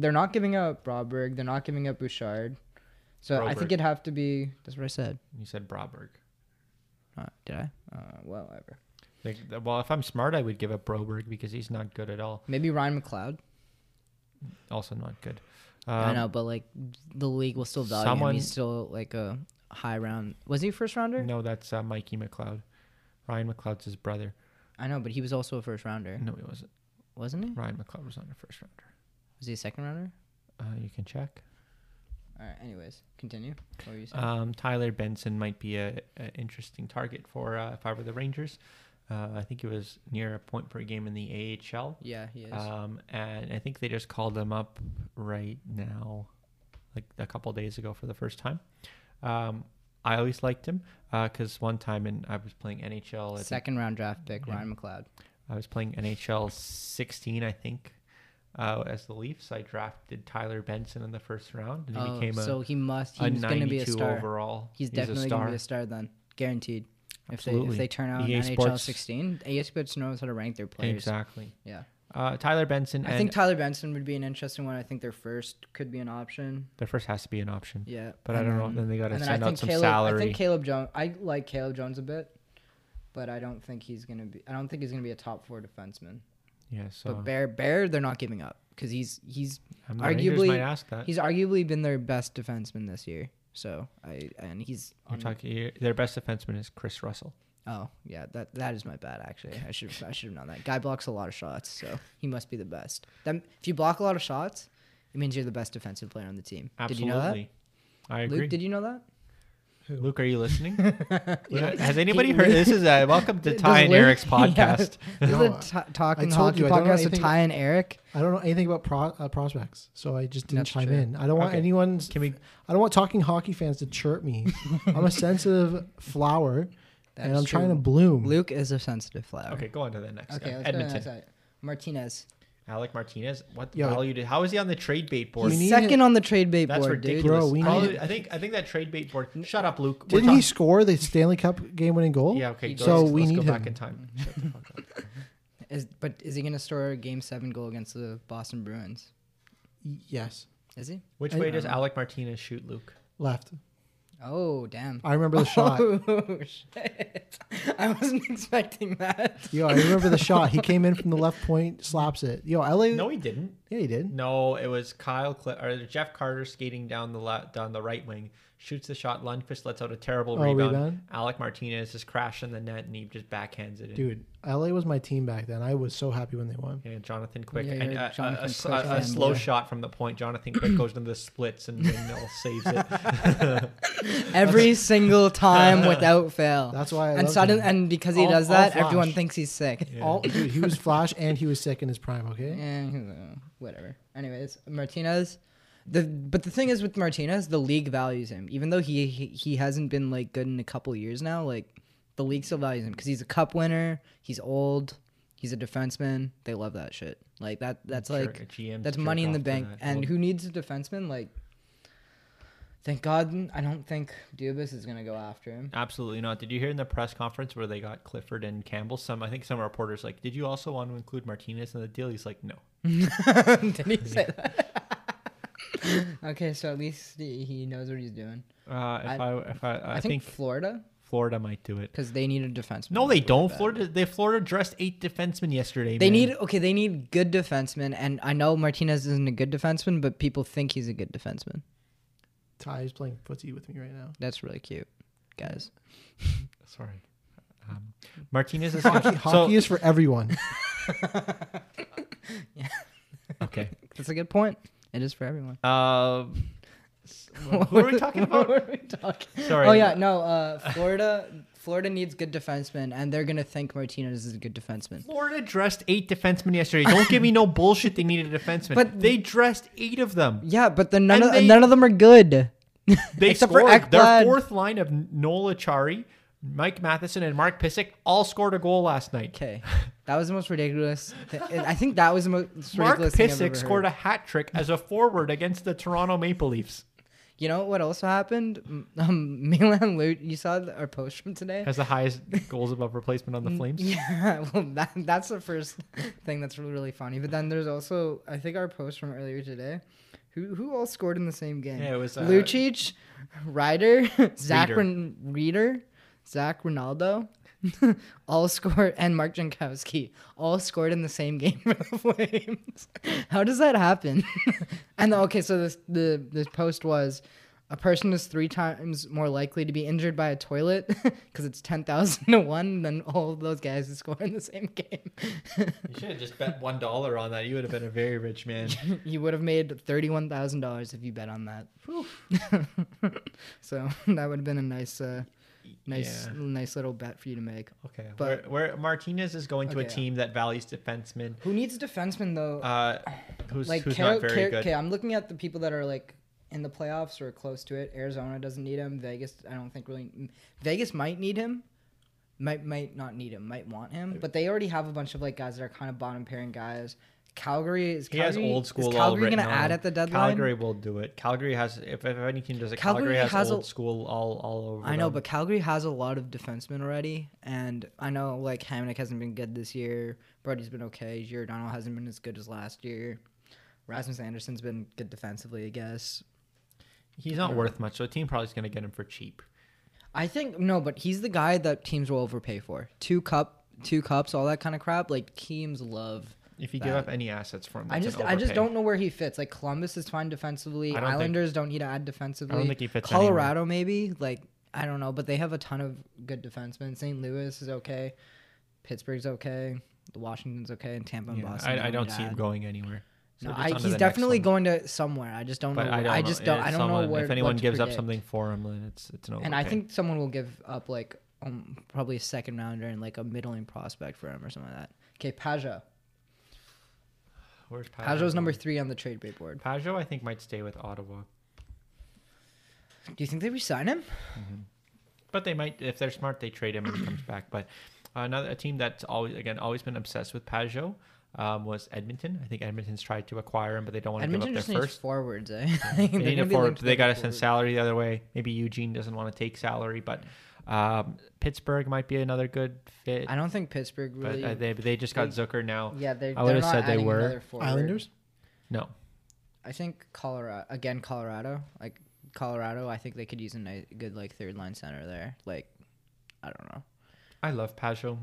S4: They're not giving up Broberg. They're not giving up Bouchard. So I
S3: Broberg.
S4: think it'd have to be. That's what I said.
S3: You said Broberg.
S4: Uh, did I? Uh, well, whatever.
S3: Like, th- well, if I'm smart, I would give up Broberg because he's not good at all.
S4: Maybe Ryan McLeod.
S3: Also, not good.
S4: I
S3: Um,
S4: know, but like the league will still value him.
S3: someone-
S4: He's still like a high round. Was he a first rounder?
S3: No, that's uh, Mikey McLeod. Ryan McLeod's his brother.
S4: I know, but he was also a first rounder,
S3: No, he wasn't.
S4: wasn't he?
S3: Ryan McLeod was on a first rounder.
S4: Was he a second rounder?
S3: Uh, you can check.
S4: All right. Anyways, continue. What were you saying?
S3: Um, Tyler Benson might be a, a interesting target for uh, if I were the Rangers. Uh, I think it was near a point per game in the AHL.
S4: yeah, he is.
S3: Um, and I think they just called him up right now, like a couple days ago for the first time. Um, I always liked him because one time in I was playing NHL. I think
S4: second round draft pick,
S3: Yeah.
S4: Ryan McLeod.
S3: I was playing NHL 16, I think, uh, as the Leafs. I drafted Tyler Benson in the first round, and he
S4: Oh,
S3: became a,
S4: so he must.
S3: a
S4: He's going to be a
S3: 92
S4: star.
S3: overall.
S4: He's definitely
S3: a
S4: going
S3: star.
S4: to be a star then, guaranteed. If they, if
S3: Absolutely.
S4: they turn out
S3: EA
S4: an NHL
S3: Sports-
S4: 16, EA E Sports knows how to rank their players.
S3: Exactly.
S4: Yeah,
S3: Uh, Tyler Benson.
S4: I
S3: and
S4: think Tyler Benson would be an interesting one. I think their first could be an option.
S3: their first has to be an option.
S4: Yeah,
S3: But I don't know.
S4: then-
S3: Then they got to
S4: And then I
S3: send out
S4: think
S3: some
S4: Caleb, I
S3: salary.
S4: think Caleb Jones. I like Caleb Jones a bit, but I don't think he's gonna be. I don't think he's gonna be a top four defenseman.
S3: yeah. So
S4: But Bear, Bear, they're not giving up because he's he's
S3: I'm
S4: arguably-
S3: arguably might ask that.
S4: he's arguably been their best defenseman this year. So I and he's
S3: You're
S4: on-
S3: talking, you're- their best defenseman is Chris Russell.
S4: oh yeah that that is my bad actually I should I should have known that guy blocks a lot of shots so he must be the best. That, if you block a lot of shots, it means you're the best defensive player on the team.
S3: Absolutely.
S4: Did you know that?
S3: I agree.
S4: Luke, did you know that?
S3: Luke, are you listening? Has anybody heard? This is a welcome to
S4: Does
S3: Ty and
S4: Luke-
S3: Eric's
S4: Yeah.
S3: podcast.
S4: This is
S2: No,
S4: a t- talk
S2: I
S4: in the
S2: told
S4: hockey
S2: you, I don't know
S4: podcast with
S2: anything-
S4: Ty and Eric.
S2: I don't know anything about pro, uh, prospects, so I just didn't
S4: That's
S2: chime
S4: true.
S2: in. I don't want
S3: Okay.
S2: anyone's.
S3: Can we-
S2: I don't want talking hockey fans to chirp me. I'm a sensitive flower,
S4: That
S2: and
S4: is
S2: I'm trying to
S4: true.
S2: bloom.
S4: Luke is a sensitive flower.
S3: Okay, go on to the next.
S4: Okay,
S3: guy.
S4: let's go to
S3: Edmonton.
S4: the next side. Martinez.
S3: Alec Martinez. What
S2: Yo.
S3: value did? How is he on the trade bait board?
S2: We
S4: He's
S2: need it.
S4: second on the trade bait
S3: That's
S4: board, dude.
S3: ridiculous.
S2: Bro, we
S3: Probably-
S2: need-
S3: I think I think that trade bait board. Shut up, Luke. We're
S2: Didn't he
S3: talk-
S2: score the Stanley Cup game winning goal?
S3: Yeah. Okay. Go,
S2: So
S3: let's,
S2: we
S3: let's go
S2: need
S3: back
S2: him.
S3: in time. Shut the fuck up.
S4: Is, but is he going to score a game seven goal against the Boston Bruins?
S2: Y- Yes.
S4: Is he?
S3: Which
S2: I-
S3: way does Alec Martinez shoot, Luke?
S2: Left.
S4: Oh, damn.
S2: I remember the shot.
S4: Oh, shit. I wasn't expecting that.
S2: Yo, I remember the shot. He came in from the left point, slaps it. Yo, LA.
S3: No, he didn't.
S2: Yeah, he did.
S3: No, it was Kyle Cl- or Jeff Carter skating down the la- down the right wing, shoots the shot. Lundqvist lets out a terrible
S2: Oh,
S3: rebound.
S2: rebound?
S3: Alec Martinez is crashing the net, and he just backhands it. in.
S2: Dude, LA was my team back then. I was so happy when they won.
S3: Yeah, Jonathan Quick
S4: Yeah,
S3: and
S4: you're
S3: uh,
S4: Jonathan
S3: a- a, s-
S4: Quick
S3: a- a
S4: fan,
S3: slow
S4: yeah.
S3: shot from the point. Jonathan Quick goes into the splits and windmill saves it.
S4: Every single time without fail.
S2: That's why I
S4: and
S2: love
S4: sudden
S2: him.
S4: and because he
S2: All-
S4: does
S2: all
S4: that,
S2: flash.
S4: everyone thinks he's sick.
S3: Yeah.
S2: All dude, he was flash and he was sick in his prime. Okay.
S4: Eh, whatever. Anyways, Martinez. The but the thing is with Martinez, the league values him, even though he he, he hasn't been like good in a couple years now. Like the league still values him because he's a cup winner. He's old. He's a defenseman. They love that shit. Like that. That's
S3: Sure,
S4: like
S3: a GM 's
S4: that's
S3: jerk
S4: money in the
S3: off to
S4: bank.
S3: that.
S4: And
S3: Well-
S4: who needs a defenseman? Like Thank God, I don't think Dubas is gonna go after him.
S3: Absolutely not. Did you hear in the press conference where they got Clifford and Campbell? Some I think some reporters like, did you also want to include Martinez in the deal? He's like, no.
S4: Did he say that? okay, so at least he he knows what he's doing.
S3: Uh, if I,
S4: I-
S3: if I, I,
S4: I, think,
S3: think,
S4: Florida,
S3: Florida might do it.
S4: because they need a defenseman.
S3: No, they
S4: really
S3: don't.
S4: bad.
S3: Florida they Florida dressed eight defensemen yesterday.
S4: They
S3: man.
S4: need okay. They need good defensemen, and I know Martinez isn't a good defenseman, but people think he's a good defenseman.
S2: Ty is playing footsie with me right now.
S4: That's really cute, guys.
S3: sorry. Um, Martinez is
S2: Hockey, hockey is for everyone.
S3: okay.
S4: That's a good point. It is for everyone.
S3: Um, s- who are we talking
S4: What
S3: about?
S4: were we talking?
S3: Sorry.
S4: Oh yeah, no. Uh, Florida, Florida needs good defensemen, and they're gonna think Martinez is a good defenseman.
S3: Florida dressed eight defensemen yesterday. Don't give me no bullshit. They needed a defenseman,
S4: But-
S3: but they dressed eight of them.
S4: Yeah, but then none
S3: And
S4: of
S3: they-
S4: none of them are good.
S3: They
S4: Except for
S3: scored. Their
S4: Ekblad.
S3: fourth line of Nola Chari, Mike Matheson, and Mark Pissick all scored a goal last night.
S4: Okay, that was the most ridiculous. Th- I think that was the most ridiculous
S3: Mark
S4: thing I've ever
S3: Pissick scored
S4: heard.
S3: a hat trick as a forward against the Toronto Maple Leafs
S4: You know what also happened? M- Um, Milan Lucic. You saw the, our post from today.
S3: as the highest goals above replacement on the Flames.
S4: Mm, Yeah, well, that, that's the first thing that's really, really funny. But then there's also, I think, our post from earlier today. Who who all scored in the same game?
S3: Yeah, it was, uh,
S4: Lucic, Ryder, Zach
S3: Reader.
S4: Ren- Reader, Zach Ronaldo, all scored, and Mark Jankowski all scored in the same game for the Flames. How does that happen? and the, okay, so this the this post was. A person is three times more likely to be injured by a toilet because it's 10,000 to 1 than all of those guys who score in the same game.
S3: You should have just bet one dollar on that. You would have been a very rich man.
S4: you would have made thirty-one thousand dollars if you bet on that. so that would have been a nice, uh, nice,
S3: Yeah.
S4: nice little bet for you to make.
S3: Okay,
S4: But-
S3: where, where Martinez is going to a
S4: Okay, yeah.
S3: team that values defensemen,
S4: Who needs defensemen though?
S3: uh, who's
S4: like,
S3: who's
S4: Car-
S3: not very
S4: Car-
S3: good.
S4: okay, I'm looking at the people that are like in the playoffs or close to it. Arizona doesn't need him. Vegas, I don't think really. Vegas might need him. Might might not need him. Might want him. But they already have a bunch of like guys that are kind of bottom pairing guys. Calgary is
S3: He
S4: Calgary,
S3: has old school.
S4: Is
S3: all
S4: Calgary
S3: written
S4: gonna
S3: on
S4: add
S3: him.
S4: at the deadline?
S3: Calgary will do it. Calgary has, if, if any team does it, Calgary,
S4: Calgary
S3: has,
S4: has
S3: old
S4: a-
S3: school all all over.
S4: I know,
S3: them.
S4: but Calgary has a lot of defensemen already, and I know like Hamnick hasn't been good this year. Brody's been okay. Giordano hasn't been as good as last year. Rasmus Anderson's been good defensively, I guess.
S3: he's not worth much. So a team probably is going to get him for cheap.
S4: I think no, but he's the guy that teams will overpay for. Two cup, two cups, all that kind of crap. Like teams love.
S3: If you give up
S4: That-
S3: any assets for him,
S4: I
S3: that's an
S4: just, I just
S3: overpay.
S4: don't know where he fits. Like Columbus is fine defensively.
S3: I don't think-
S4: Islanders don't need to add defensively.
S3: think he fits anywhere.
S4: Colorado maybe. Like I don't know, but they have a ton of good defensemen. St. Louis is okay. Pittsburgh's okay. The Washington's okay, and Tampa and
S3: Yeah,
S4: Boston.
S3: I, I don't
S4: need to
S3: see him
S4: add.
S3: going anywhere. So
S4: No,
S3: just
S4: I,
S3: on to
S4: he's
S3: the next
S4: definitely
S3: one.
S4: going to somewhere. I just don't
S3: But
S4: know.
S3: I
S4: where-
S3: don't.
S4: I
S3: know.
S4: just don't.
S3: It's
S4: I don't know
S3: someone-
S4: where.
S3: If
S4: what
S3: anyone
S4: to
S3: gives up
S4: predict.
S3: something oh, for him, then it's it's no.
S4: And I
S3: overpay.
S4: think someone will give up like um, probably a second rounder and like a middling prospect for him or something like that. Okay, Pajot.
S3: Where's Pajot
S4: Pajot's number
S3: going?
S4: three on the trade bait board.
S3: Pajot, I think, might stay with Ottawa.
S4: Do you think they resign him?
S3: But they might, if they're smart, they trade him and he comes back. But another a team that's always, again, always been obsessed with Pajot um, was Edmonton. I think Edmonton's tried to acquire him, but they don't want to give
S4: Edmonton
S3: up their
S4: just needs
S3: first.
S4: forwards, eh?
S3: They
S4: They're
S3: need
S4: gonna
S3: a
S4: be
S3: forward.
S4: linked to
S3: They got to
S4: the
S3: send
S4: forwards.
S3: salary the other way. Maybe Eugene doesn't want to take salary, but um, Pittsburgh might be another good fit.
S4: I don't think Pittsburgh
S3: But
S4: really.
S3: uh, they they just got Zucker now.
S4: yeah, they're.
S3: I
S4: they're
S3: would've
S4: not
S3: said they
S4: adding
S3: were.
S4: another forward.
S2: Islanders.
S3: No,
S4: I think Colorado again. Colorado, like Colorado, I think they could use a nice, good like third line center there. Like, I don't know.
S3: I love Pajot.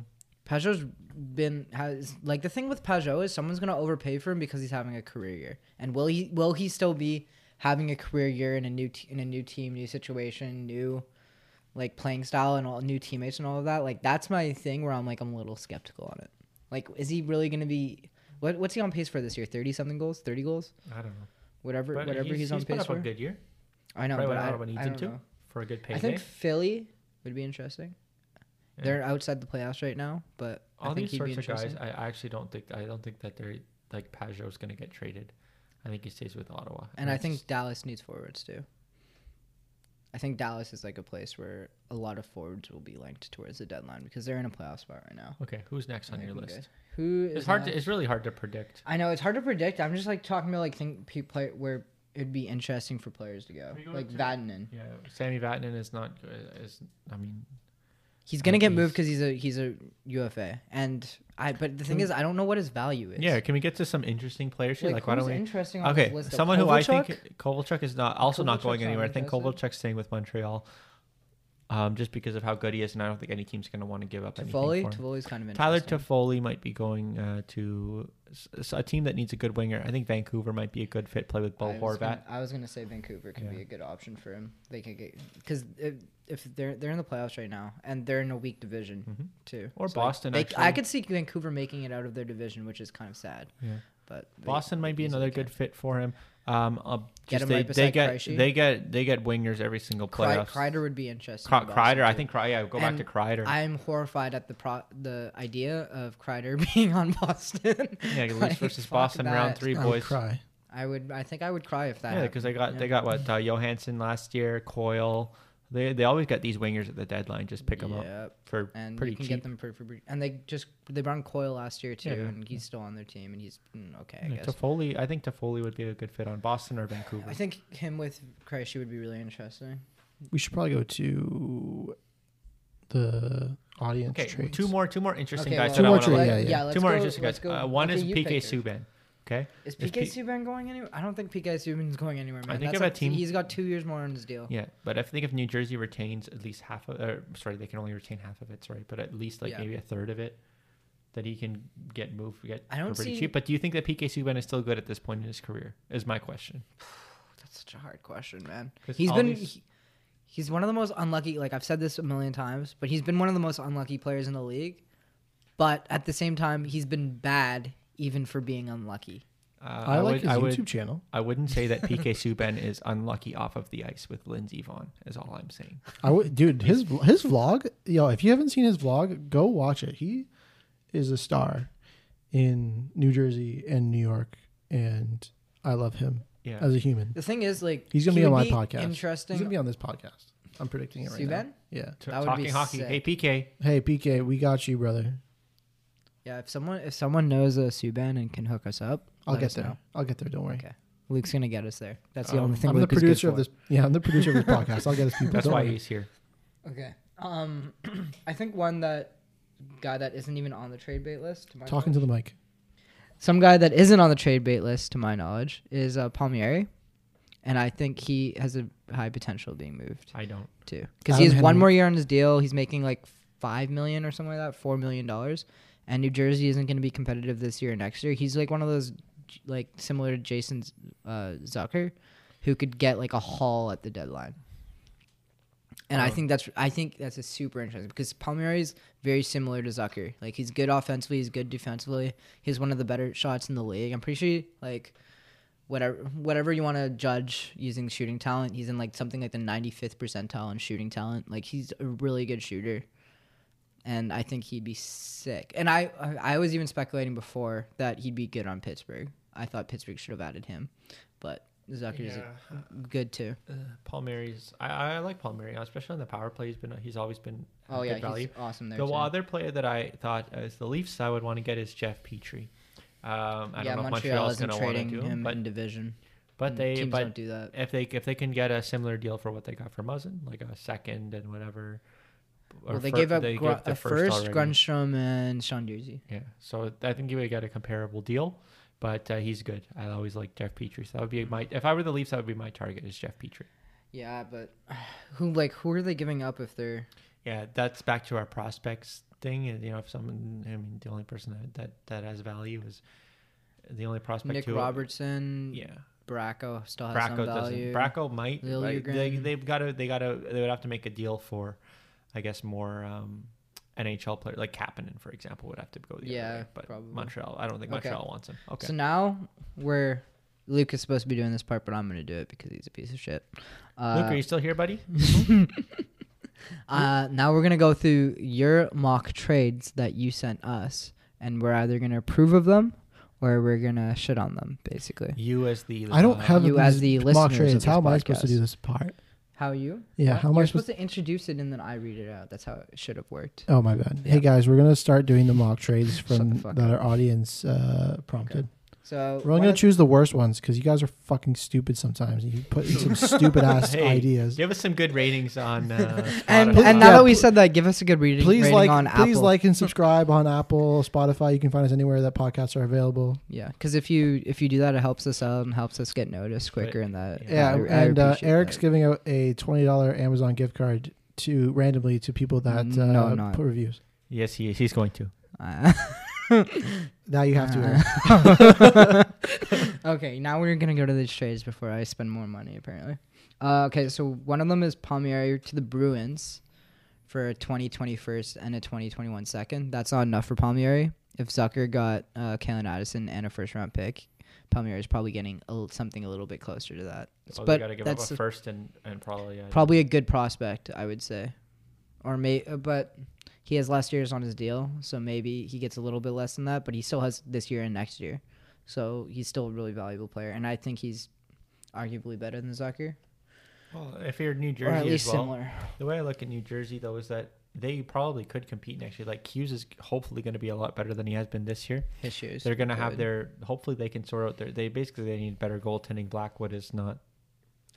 S4: Peugeot's been has like the thing with Peugeot is someone's gonna overpay for him because he's having a career year. And will he will he still be having a career year in a new t- in a new team, new situation, new like playing style and all new teammates and all of that? Like that's my thing where I'm like I'm a little skeptical on it. Like is he really gonna be what what's he on pace for this year? Thirty something goals, thirty goals,
S3: I don't know.
S4: whatever
S3: But
S4: whatever he's, on
S3: put
S4: pace
S3: up
S4: for.
S3: a good year.
S4: I know,
S3: Probably
S4: but
S3: what
S4: I,
S3: Ottawa needs
S4: I
S3: him
S4: don't
S3: to
S4: know.
S3: for a good payday.
S4: I think Philly would be interesting.
S3: Yeah.
S4: They're outside the playoffs right now, but
S3: all
S4: I think
S3: these
S4: he'd be
S3: sorts of
S4: interesting.
S3: guys, I I actually don't think I don't think that they're like Pajot's going to get traded. I think he stays with Ottawa.
S4: And I
S3: that's-
S4: think Dallas needs forwards too. I think Dallas is like a place where a lot of forwards will be linked towards the deadline because they're in a playoff spot right now.
S3: okay, who's next
S4: I
S3: on
S4: think
S3: your
S4: I'm
S3: list?
S4: good. Who is
S3: It's hard.
S4: not-
S3: To, it's really hard to predict.
S4: I know it's hard to predict. I'm just like talking about like think pe- play where it'd be interesting for players to go,
S3: Are you going
S4: like
S3: to-
S4: Vatanen.
S3: Yeah, Sammy Vatanen is not. uh, Is I mean,
S4: He's gonna
S3: Like,
S4: get moved
S3: he's-
S4: because he's a he's a UFA, and I. But the thing is, I don't know what his value is.
S3: Hmm. yeah. Can we get to some interesting players here?
S4: like,
S3: Like, why don't
S4: who's
S3: we?
S4: Interesting. On this
S3: Okay,
S4: list?
S3: someone who I think
S4: Kovalchuk?
S3: Kovalchuk is not also not
S4: Kovalchuk's
S3: going
S4: not
S3: anywhere. I think
S4: interested.
S3: Kovalchuk's staying with Montreal, um, just because of how good he is, and I don't think any team's going to want to give up
S4: Toffoli.
S3: anything for him.
S4: Toffoli's kind of interesting.
S3: Tyler Toffoli might be going uh, to s- s- a team that needs a good winger. I think Vancouver might be a good fit. Play with Bo
S4: I was
S3: Horvat.
S4: Gonna, I was gonna say Vancouver could
S3: Yeah.
S4: be a good option for him. They could get because if, if they're they're in the playoffs right now and they're in a weak division too.
S3: Mm-hmm. Or
S4: So
S3: Boston,
S4: They, I
S3: actually.
S4: could see Vancouver making it out of their division, which is kind of sad.
S3: Yeah.
S4: But they-
S3: Boston might be
S4: easily
S3: another
S4: can.
S3: good fit for him. Um, uh,
S4: Get
S3: just
S4: him
S3: they,
S4: right
S3: they
S4: beside
S3: get
S4: Krejci.
S3: they get they get wingers every single
S4: Kry-
S3: playoffs.
S4: Kreider would be interesting.
S3: Cro-
S4: in Boston,
S3: Kreider, I
S4: too.
S3: think Kreider. Yeah, go
S4: And
S3: back to Kreider.
S4: I'm horrified at the pro- the idea of Kreider being on Boston.
S3: yeah, you lose
S4: Like,
S3: versus
S4: fuck
S3: Boston round
S4: that. Oh,
S3: three,
S2: I would
S3: boys.
S2: cry.
S4: I would. I think I would cry if that.
S3: Yeah, because they got
S4: happened.
S3: they
S4: Yeah.
S3: got what uh, Johansson last year, Coyle. They they always got these wingers at the deadline. Just pick them up
S4: Yep.
S3: for
S4: and
S3: pretty
S4: you can
S3: cheap.
S4: get them pretty, pretty and they just they brought in Coyle last year too,
S3: Yeah, yeah,
S4: and he's still on their team, and he's mm, okay, I
S3: Yeah,
S4: guess.
S3: Toffoli, I think Toffoli would be a good fit on Boston or Vancouver.
S4: I think him with Krejci would be really interesting.
S2: We should probably go to the audience.
S3: okay,
S2: trades.
S3: two more two more interesting
S4: Okay,
S3: guys. that I
S4: well,
S2: Two more
S3: wanna
S2: trade,
S3: look
S4: let-
S2: yeah,
S3: at.
S2: yeah.
S4: let's
S3: Two more
S4: go-
S3: interesting
S4: let's
S3: guys.
S4: go-
S3: Uh, one
S4: okay,
S3: is
S4: you
S3: PK
S4: pick her.
S3: Subban. Okay,
S4: Is
S3: Is
S4: PK
S3: P-
S4: Subban going anywhere? I don't think PK Subban's going anywhere, man.
S3: think
S4: That's
S3: if
S4: like-
S3: a team-
S4: he's got two years more on his deal.
S3: yeah, but I think if New Jersey retains at least half of, or, sorry, they can only retain half of it. Sorry, but at least like
S4: Yeah.
S3: maybe a third of it, that he can get moved, get
S4: I don't
S3: for pretty
S4: see-
S3: cheap. But do you think that PK Subban is still good at this point in his career? Is my question.
S4: That's such a hard question, man.
S3: 'Cause
S4: He's
S3: all
S4: been
S3: these-
S4: he- he's one of the most unlucky. Like I've said this a million times, but he's been one of the most unlucky players in the league. But at the same time, he's been bad even for being unlucky.
S3: Uh,
S2: I, like his
S3: I
S2: YouTube channel.
S3: I wouldn't say that PK Subban is unlucky off of the ice with Lindsey Vaughn. Is all I'm saying.
S2: I would, dude. His his vlog, yo. If you haven't seen his vlog, go watch it. He is a star in New Jersey and New York, and I love him
S3: Yeah.
S2: as a human.
S4: The thing is, like
S2: He's gonna
S4: he
S2: be on
S4: would
S2: my podcast.
S4: Interesting.
S2: He's gonna be on this podcast. I'm predicting it right now.
S4: Subban?
S2: Yeah.
S3: T-
S4: That would
S3: talking
S4: be
S3: hockey.
S4: sick.
S3: Hey PK,
S2: Hey PK, we got you, brother.
S4: yeah, if someone if someone knows a Subban and can hook us up,
S2: I'll
S4: let
S2: get
S4: us
S2: there.
S4: know.
S2: I'll get there. Don't worry.
S4: Okay. Luke's gonna get us there. That's the
S3: Um,
S4: only thing.
S2: I'm the
S4: Luke is good
S2: producer of
S4: for.
S2: this. Yeah, I'm the producer of this podcast. I'll get us people.
S3: that's
S2: Don't
S3: why
S2: worry.
S3: he's here.
S4: Okay. Um, I think one that guy that isn't even on the trade bait list. To my
S2: Talking to the mic.
S4: Some guy that isn't on the trade bait list, to my knowledge, is uh, Palmieri, and I think he has a high potential of being moved
S3: I don't.
S4: too because he
S2: Adam
S4: has one
S2: Henry.
S4: more year on his deal. He's making like five million or something like that, four million dollars, and New Jersey isn't going to be competitive this year or next year. He's like one of those like similar to Jason uh, Zucker, who could get like a haul at the deadline. And I
S2: Oh.
S4: think that's I think that's a super interesting because Palmieri is very similar to Zucker. Like he's good offensively, he's good defensively. He's one of the better shots in the league. I'm pretty sure like whatever whatever you want to judge using shooting talent, he's in like something like the 95th percentile in shooting talent. Like he's a really good shooter. And I think he'd be sick. And I I I was even speculating before that he'd be good on Pittsburgh. I thought Pittsburgh should have added him, but Zucker's good too.
S3: Uh, Paul Mary's. I, I like Paul Mary, especially on the power play. He's been. He's always been. had
S4: Oh
S3: good
S4: yeah,
S3: value.
S4: he's awesome there.
S3: The
S4: too.
S3: other player that I thought as the Leafs I would want to get is Jeff Petrie. Um, I
S4: yeah,
S3: don't know if
S4: Montreal
S3: Montreal's
S4: isn't
S3: going to want to
S4: trading
S3: do
S4: him
S3: him, but
S4: in division.
S3: but
S4: and
S3: they
S4: teams
S3: but
S4: don't do that.
S3: if they if they can get a similar deal for what they got for Muzzin, like a second and whatever. or
S4: Well, they
S3: fir-
S4: gave up Gru-
S3: the
S4: a first,
S3: already.
S4: Grunstrom and Sean Dersey.
S3: Yeah, so I think you would get a comparable deal, but uh, he's good. I always like Jeff Petrie. So that would be my if I were the Leafs, that would be my target is Jeff Petrie.
S4: Yeah, but who like who are they giving up if they're
S3: Yeah, that's back to our prospects thing. and, You know, if someone, I mean, the only person that that, that has value is the only prospect
S4: Nick
S3: who,
S4: Robertson,
S3: Yeah,
S4: Bracco still has
S3: Bracco
S4: some
S3: doesn't.
S4: value.
S3: Bracco might.
S4: Lil
S3: but They,
S4: Ugren.
S3: they've got to. They got to. They would have to make a deal for, I guess, more um, NHL player like Kapanen, for example, would have to go the
S4: Yeah,
S3: other way. But
S4: probably.
S3: Montreal, I don't think
S4: Okay.
S3: Montreal wants him. Okay.
S4: So now we're Luke is supposed to be doing this part, but I'm gonna do it because he's a piece of shit.
S3: Luke, are
S4: Uh,
S3: you still here, buddy?
S4: uh, now we're gonna go through your mock trades that you sent us, and we're either gonna approve of them or we're gonna shit on them, basically.
S3: You as the
S2: I don't
S3: uh,
S2: have
S4: you as the
S2: these
S4: listeners
S2: mock
S4: of
S2: trades.
S4: this
S2: How am I supposed to
S4: podcast.
S2: do this part?
S4: How are you?
S2: Yeah,
S4: What?
S2: how am I
S4: You're
S2: supposed-
S4: supposed to introduce it and then I read it out. That's how it should have worked.
S2: Oh my bad.
S4: Yeah.
S2: Hey guys, we're gonna start doing the mock trades
S4: Shut the
S2: from
S4: fuck
S2: that our audience uh, prompted.
S4: So
S2: We're only
S4: one
S2: gonna
S4: of-
S2: choose the worst ones because you guys are fucking stupid sometimes. and You put in some stupid ass
S3: Hey,
S2: ideas.
S3: Give us some good ratings on. Uh,
S4: And,
S3: Spotify.
S4: and now
S2: Yeah,
S4: that we
S2: pl-
S4: said that, give us a good reading,
S2: Please
S4: rating
S2: like,
S4: on
S2: please
S4: Apple.
S2: like and subscribe on Apple, Spotify. You can find us anywhere that podcasts are available.
S4: Yeah, because if you if you do that, it helps us out and helps us get noticed quicker. And that
S2: Yeah,
S4: I- I
S2: and uh,
S4: appreciate
S2: Eric's
S4: that.
S2: giving out a twenty dollar Amazon gift card to randomly to people that uh,
S4: No, I'm not.
S2: put reviews.
S3: yes, he is. He's going to.
S4: Uh,
S2: Now you have to. Eric.
S4: okay, now we're gonna go to the trades before I spend more money. Apparently, uh, okay. So one of them is Palmieri to the Bruins for a 2021st and a 2021 second. That's not enough for Palmieri. If Zucker got uh, Kalen Addison and a first round pick, Palmieri is probably getting a, l- something a little bit closer to that.
S3: Well, Oh, we
S4: but
S3: got to give up
S4: that's
S3: a first and, and probably. uh, A,
S4: probably a good prospect, I would say, or may. uh, But he has last year's on his deal, so maybe he gets a little bit less than that. But he still has this year and next year, so he's still a really valuable player, and I think he's arguably better than Zucker,
S3: Well, if you're New Jersey,
S4: or at least
S3: as well,
S4: similar.
S3: The way I look at New Jersey though is that they probably could compete next year. Like Hughes is hopefully going to be a lot better than he has been this year.
S4: His shoes.
S3: They're going to have
S4: good.
S3: their. Hopefully they can sort out their. They basically they need better goaltending. Blackwood is not.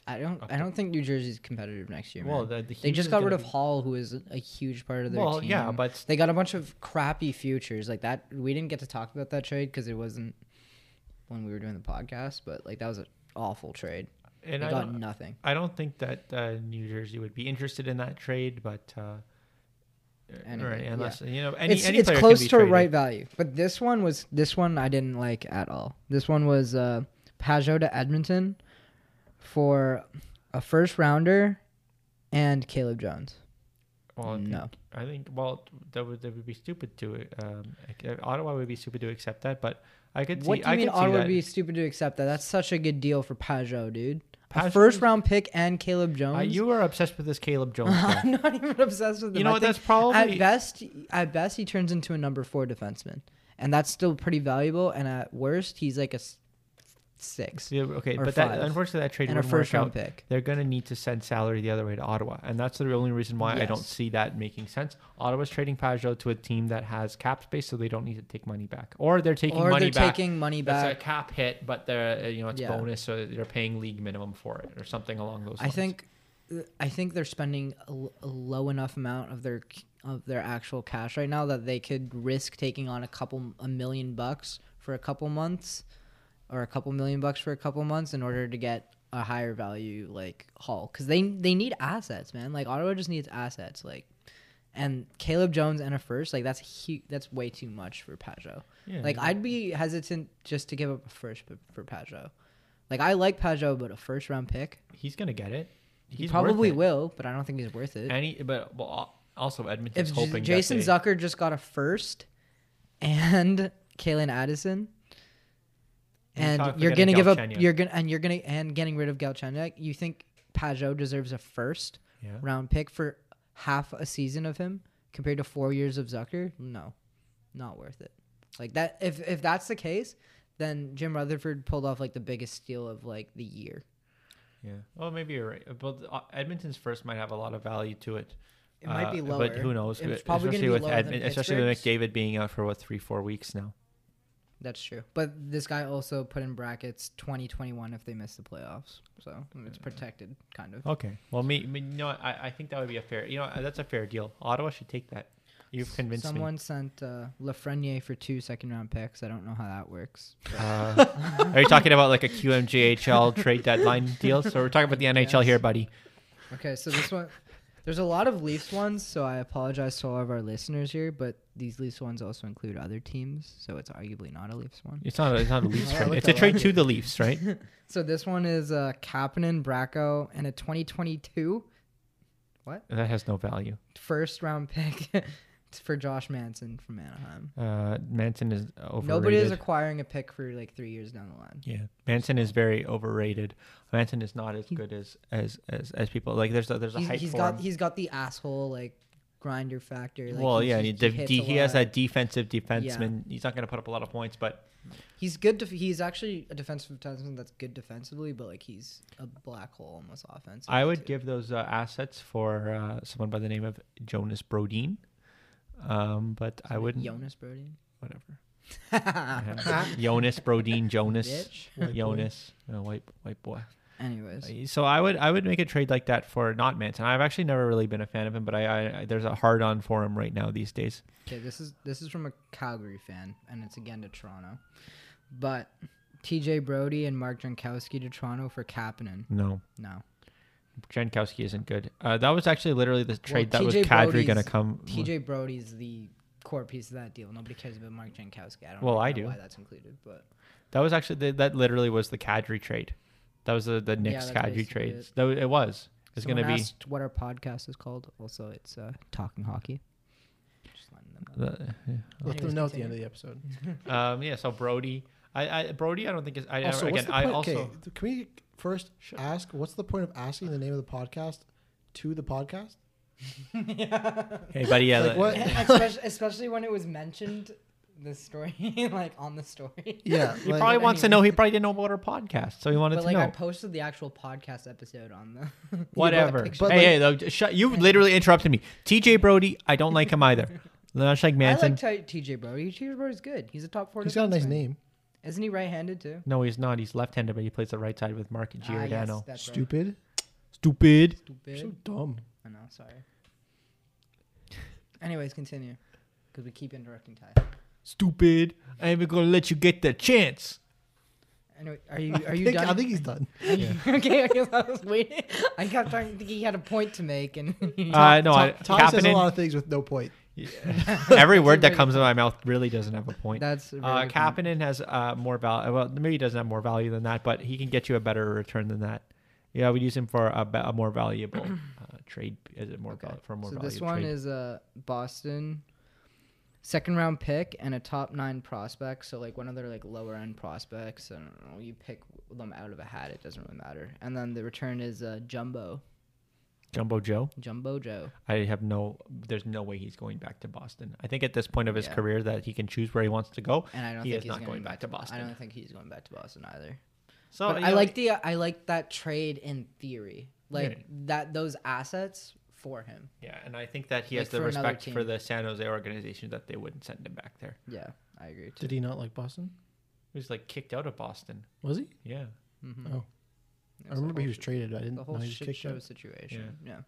S4: I don't. I don't think New Jersey's competitive next year.
S3: Well,
S4: man.
S3: the, the
S4: they
S3: Hughes
S4: just
S3: is
S4: got
S3: gonna
S4: rid of
S3: be-
S4: Hall, who is a huge part of their
S3: Well,
S4: team.
S3: yeah, but
S4: they got a bunch of crappy futures like that. We didn't get to talk about that trade because it wasn't when we were doing the podcast. But like that was an awful trade.
S3: and
S4: they
S3: I
S4: got
S3: don't,
S4: nothing.
S3: I don't think that uh, New Jersey would be interested in that trade, but. Uh,
S4: Anyway,
S3: right,
S4: yeah.
S3: unless you know any,
S4: it's
S3: any
S4: it's
S3: player
S4: close
S3: can be
S4: to a
S3: traded.
S4: right value, but this one was this one I didn't like at all. This one was uh, Pajot to Edmonton for a first rounder and Caleb Jones.
S3: Well, no.
S4: No.
S3: I think well that would that would be stupid to um, ac- Ottawa would be stupid to accept that, but I could see.
S4: What do you
S3: I
S4: mean
S3: could see
S4: Ottawa
S3: that.
S4: would be stupid to accept that? That's such a good deal for Pajot, dude. A
S3: Pajot
S4: first
S3: is-
S4: round pick and Caleb Jones.
S3: Uh, you are obsessed with this Caleb Jones guy.
S4: I'm Uh-huh. not even obsessed with him.
S3: You know
S4: I
S3: what?
S4: think
S3: That's probably
S4: at best at best he turns into a number four defenseman, and that's still pretty valuable. And at worst, he's like a s- six
S3: Yeah, okay,
S4: or
S3: but that
S4: five.
S3: unfortunately that trade
S4: and a
S3: wouldn't
S4: first
S3: work
S4: round
S3: out.
S4: pick.
S3: They're going to need to send salary the other way to Ottawa, and that's the only reason why I don't
S4: Yes.
S3: see that making sense. Ottawa's trading Pajot to a team that has cap space, so they don't need to take money back, or they're taking
S4: Or
S3: money
S4: they're
S3: back.
S4: taking money
S3: That's
S4: back.
S3: a cap hit, but they're uh, you know it's
S4: Yeah.
S3: bonus, so they're paying league minimum for it, or something along those.
S4: I
S3: lines.
S4: think, I think they're spending a, l- a low enough amount of their of their actual cash right now that they could risk taking on a couple a million bucks for a couple months, or a couple million bucks for a couple months in order to get a higher value like haul because they they need assets, man. Like Ottawa just needs assets, like. And Caleb Jones and a first, like that's huge. That's way too much for Pajot.
S3: Yeah,
S4: like I'd be hesitant just to give up a first for- for Pajot. Like I like Pajot, but a first round pick,
S3: he's going to get it. He's
S4: he
S3: worth
S4: probably
S3: it.
S4: will, but I don't think he's worth it.
S3: Any, but well, also Edmonton's
S4: If J-
S3: hoping that
S4: Jason
S3: they-
S4: Zucker just got a first and Kalen Addison,
S3: And
S4: and
S3: talk-
S4: you're
S3: forgetting
S4: gonna give up,
S3: Galchenyuk.
S4: you're gonna and you're gonna and getting rid of Galchenyuk, you think Pajot deserves a first
S3: Yeah.
S4: round pick for half a season of him compared to four years of Zucker? No, not worth it. Like that. If if that's the case, then Jim Rutherford pulled off like the biggest steal of like the year.
S3: Yeah. Well, maybe you're right. But uh, Edmonton's first might have a lot of value to it.
S4: It might be lower.
S3: Uh, but who knows?
S4: It's
S3: But
S4: probably gonna
S3: especially
S4: be
S3: with
S4: lower than
S3: Edmon- especially with
S4: Pittsburgh's.
S3: McDavid being out for what three, four weeks now.
S4: That's true. But this guy also put in brackets 2021 if they miss the playoffs. So it's protected, kind of.
S3: Okay. Well, me, me you know, I, I think that would be a fair. You know, uh, that's a fair deal. Ottawa should take that. You've convinced
S4: Someone sent uh, Lafreniere for two second round picks. I don't know how that works.
S3: me. Uh, are you talking about like a QMJHL trade deadline deal? So we're talking about the NHL here, buddy.
S4: Okay, so this one, there's a lot of Leafs ones, so I apologize to all of our listeners here, but these Leafs ones also include other teams, so it's arguably not a Leafs one.
S3: It's not. A, it's not a Leafs
S4: I
S3: trade.
S4: like
S3: It's a
S4: that
S3: trade
S4: logic.
S3: to the Leafs, right?
S4: So this one is uh, Kapanen, Bracco, and a 2022
S3: that has no value.
S4: first round pick for Josh Manson from Anaheim.
S3: Uh, Manson is overrated.
S4: Nobody is acquiring a pick for like three years down the line.
S3: Yeah, Manson is very overrated. Manson is not as good as as as, as people like. There's a, there's a
S4: he's,
S3: hype
S4: he's
S3: for
S4: got
S3: him.
S4: he's got the asshole like grinder factor. Like,
S3: well,
S4: he
S3: yeah,
S4: just-
S3: he, de-
S4: he, hits
S3: de-
S4: a
S3: he has
S4: lot.
S3: that defensive defenseman. He's not going to put up a lot of points, but
S4: He's good. Def- he's actually a defensive defenseman that's good defensively, but like he's a black hole almost offense.
S3: I would give those uh, assets for uh, someone by the name of Jonas Brodeen. Um, but I wouldn't.
S4: Jonas Uh, Brody.
S3: Whatever. Jonas Brodeen Jonas
S4: Bitch.
S3: Jonas uh, white white boy.
S4: Anyways,
S3: Uh, So I would I would make a trade like that for not Manson. I've actually never really been a fan of him, but I, I, I there's a hard on for him right now these days.
S4: okay, this is this is from a Calgary fan, and it's again to Toronto, but T.J. Brody and Mark Jankowski to Toronto for Kapanen.
S3: No,
S4: No,
S3: Jankowski isn't good. Uh, that was actually literally the trade that was
S4: TJ
S3: Kadri going to
S4: Brody's-
S3: come.
S4: T.J. Brody's the core piece of that deal. Nobody cares about Mark Jankowski. I don't.
S3: Well,
S4: really
S3: I
S4: know
S3: do.
S4: Why that's included, but
S3: That was actually the, that literally was the Kadri trade. That was the the Knicks
S4: that's
S3: Kadri
S4: basically
S3: trade. That was, it was. It's going to
S4: Someone
S3: be
S4: asked what our podcast is called. Also, it's uh, talking hockey. Just letting them know.
S3: the,
S2: Let them know at the end of the episode.
S3: um yeah. So Brody, I, I Brody, I don't think is I
S2: Also,
S3: again
S2: what's the
S3: I
S2: point?
S3: also.
S2: okay, can we first ask what's the point of asking the name of the podcast to the podcast?
S3: Hey buddy, yeah.
S2: Like
S3: the-
S2: what?
S4: especially, especially when it was mentioned the story like on the story
S2: Yeah,
S3: He
S2: like-
S3: probably wants to know. He probably didn't know about our podcast, so he wanted
S4: but
S3: to
S4: like i
S3: know.
S4: posted the actual podcast episode on the
S3: Whatever.
S4: picture.
S3: hey, hey, though, just shut, you literally interrupted me. TJ Brody, I don't like him either. Not like
S4: I
S3: Manson.
S4: like T- TJ Brody. TJ Brody's good. He's a top four.
S2: He's got a nice
S4: defenseman.
S2: name.
S4: Isn't he right-handed too?
S3: no, he's not. He's left-handed, but he plays the right side with Mark
S4: Ah, yes,
S3: Giordano.
S4: that's
S2: Stupid.
S3: Stupid.
S4: Right.
S2: So
S4: Stupid.
S2: dumb.
S4: I know. Sorry. Anyways, continue, because we keep interrupting Ty.
S3: Stupid. I ain't even gonna let you get that chance.
S4: Anyway, are you
S2: I
S4: are you
S2: think-
S4: done?
S2: I think he's done.
S4: okay, okay, I was waiting. I kept trying to think he had a point to make, and
S3: Uh, no, I,
S2: Tom says a
S3: Kapanen-
S2: lot of things with no point.
S3: Every word that comes out of my mouth really doesn't have a point.
S4: that's a
S3: uh,
S4: very good point.
S3: Kapanen has uh, more value. Well, maybe he doesn't have more value than that, but he can get you a better return than that. Yeah, I would use him for a, ba- a more valuable uh, trade. Is it more val- for a more
S4: so
S3: valuable
S4: this one
S3: trade.
S4: is a Boston second round pick and a top nine prospect. So like one of their like lower end prospects. I don't know. You pick them out of a hat. It doesn't really matter. And then the return is uh, Jumbo,
S3: Jumbo Joe?
S4: Jumbo Joe.
S3: I have no. There's no way he's going back to Boston. I think at this point of his
S4: Yeah.
S3: career that he can choose where he wants to go.
S4: And I don't
S3: He is
S4: think he's
S3: not
S4: gonna
S3: going
S4: be
S3: back to Boston.
S4: I don't think he's going back to Boston either.
S3: So
S4: but
S3: you
S4: I
S3: know,
S4: like the uh, I like that trade in theory, like
S3: Yeah.
S4: that those assets for him.
S3: Yeah, and I think that he
S4: like
S3: has the
S4: for another
S3: respect for
S4: team.
S3: the San Jose organization that they wouldn't send him back there.
S4: Yeah, I agree too.
S2: Did he not like Boston?
S3: He was like kicked out of Boston.
S2: Was he?
S3: Yeah.
S4: Mhm.
S2: Oh.
S4: It was
S2: I
S4: the
S2: remember he
S4: whole
S2: was traded. but I didn't
S4: the
S2: know
S4: whole
S2: he was
S4: shit
S2: kicked
S4: show
S2: out.
S4: situation. Yeah.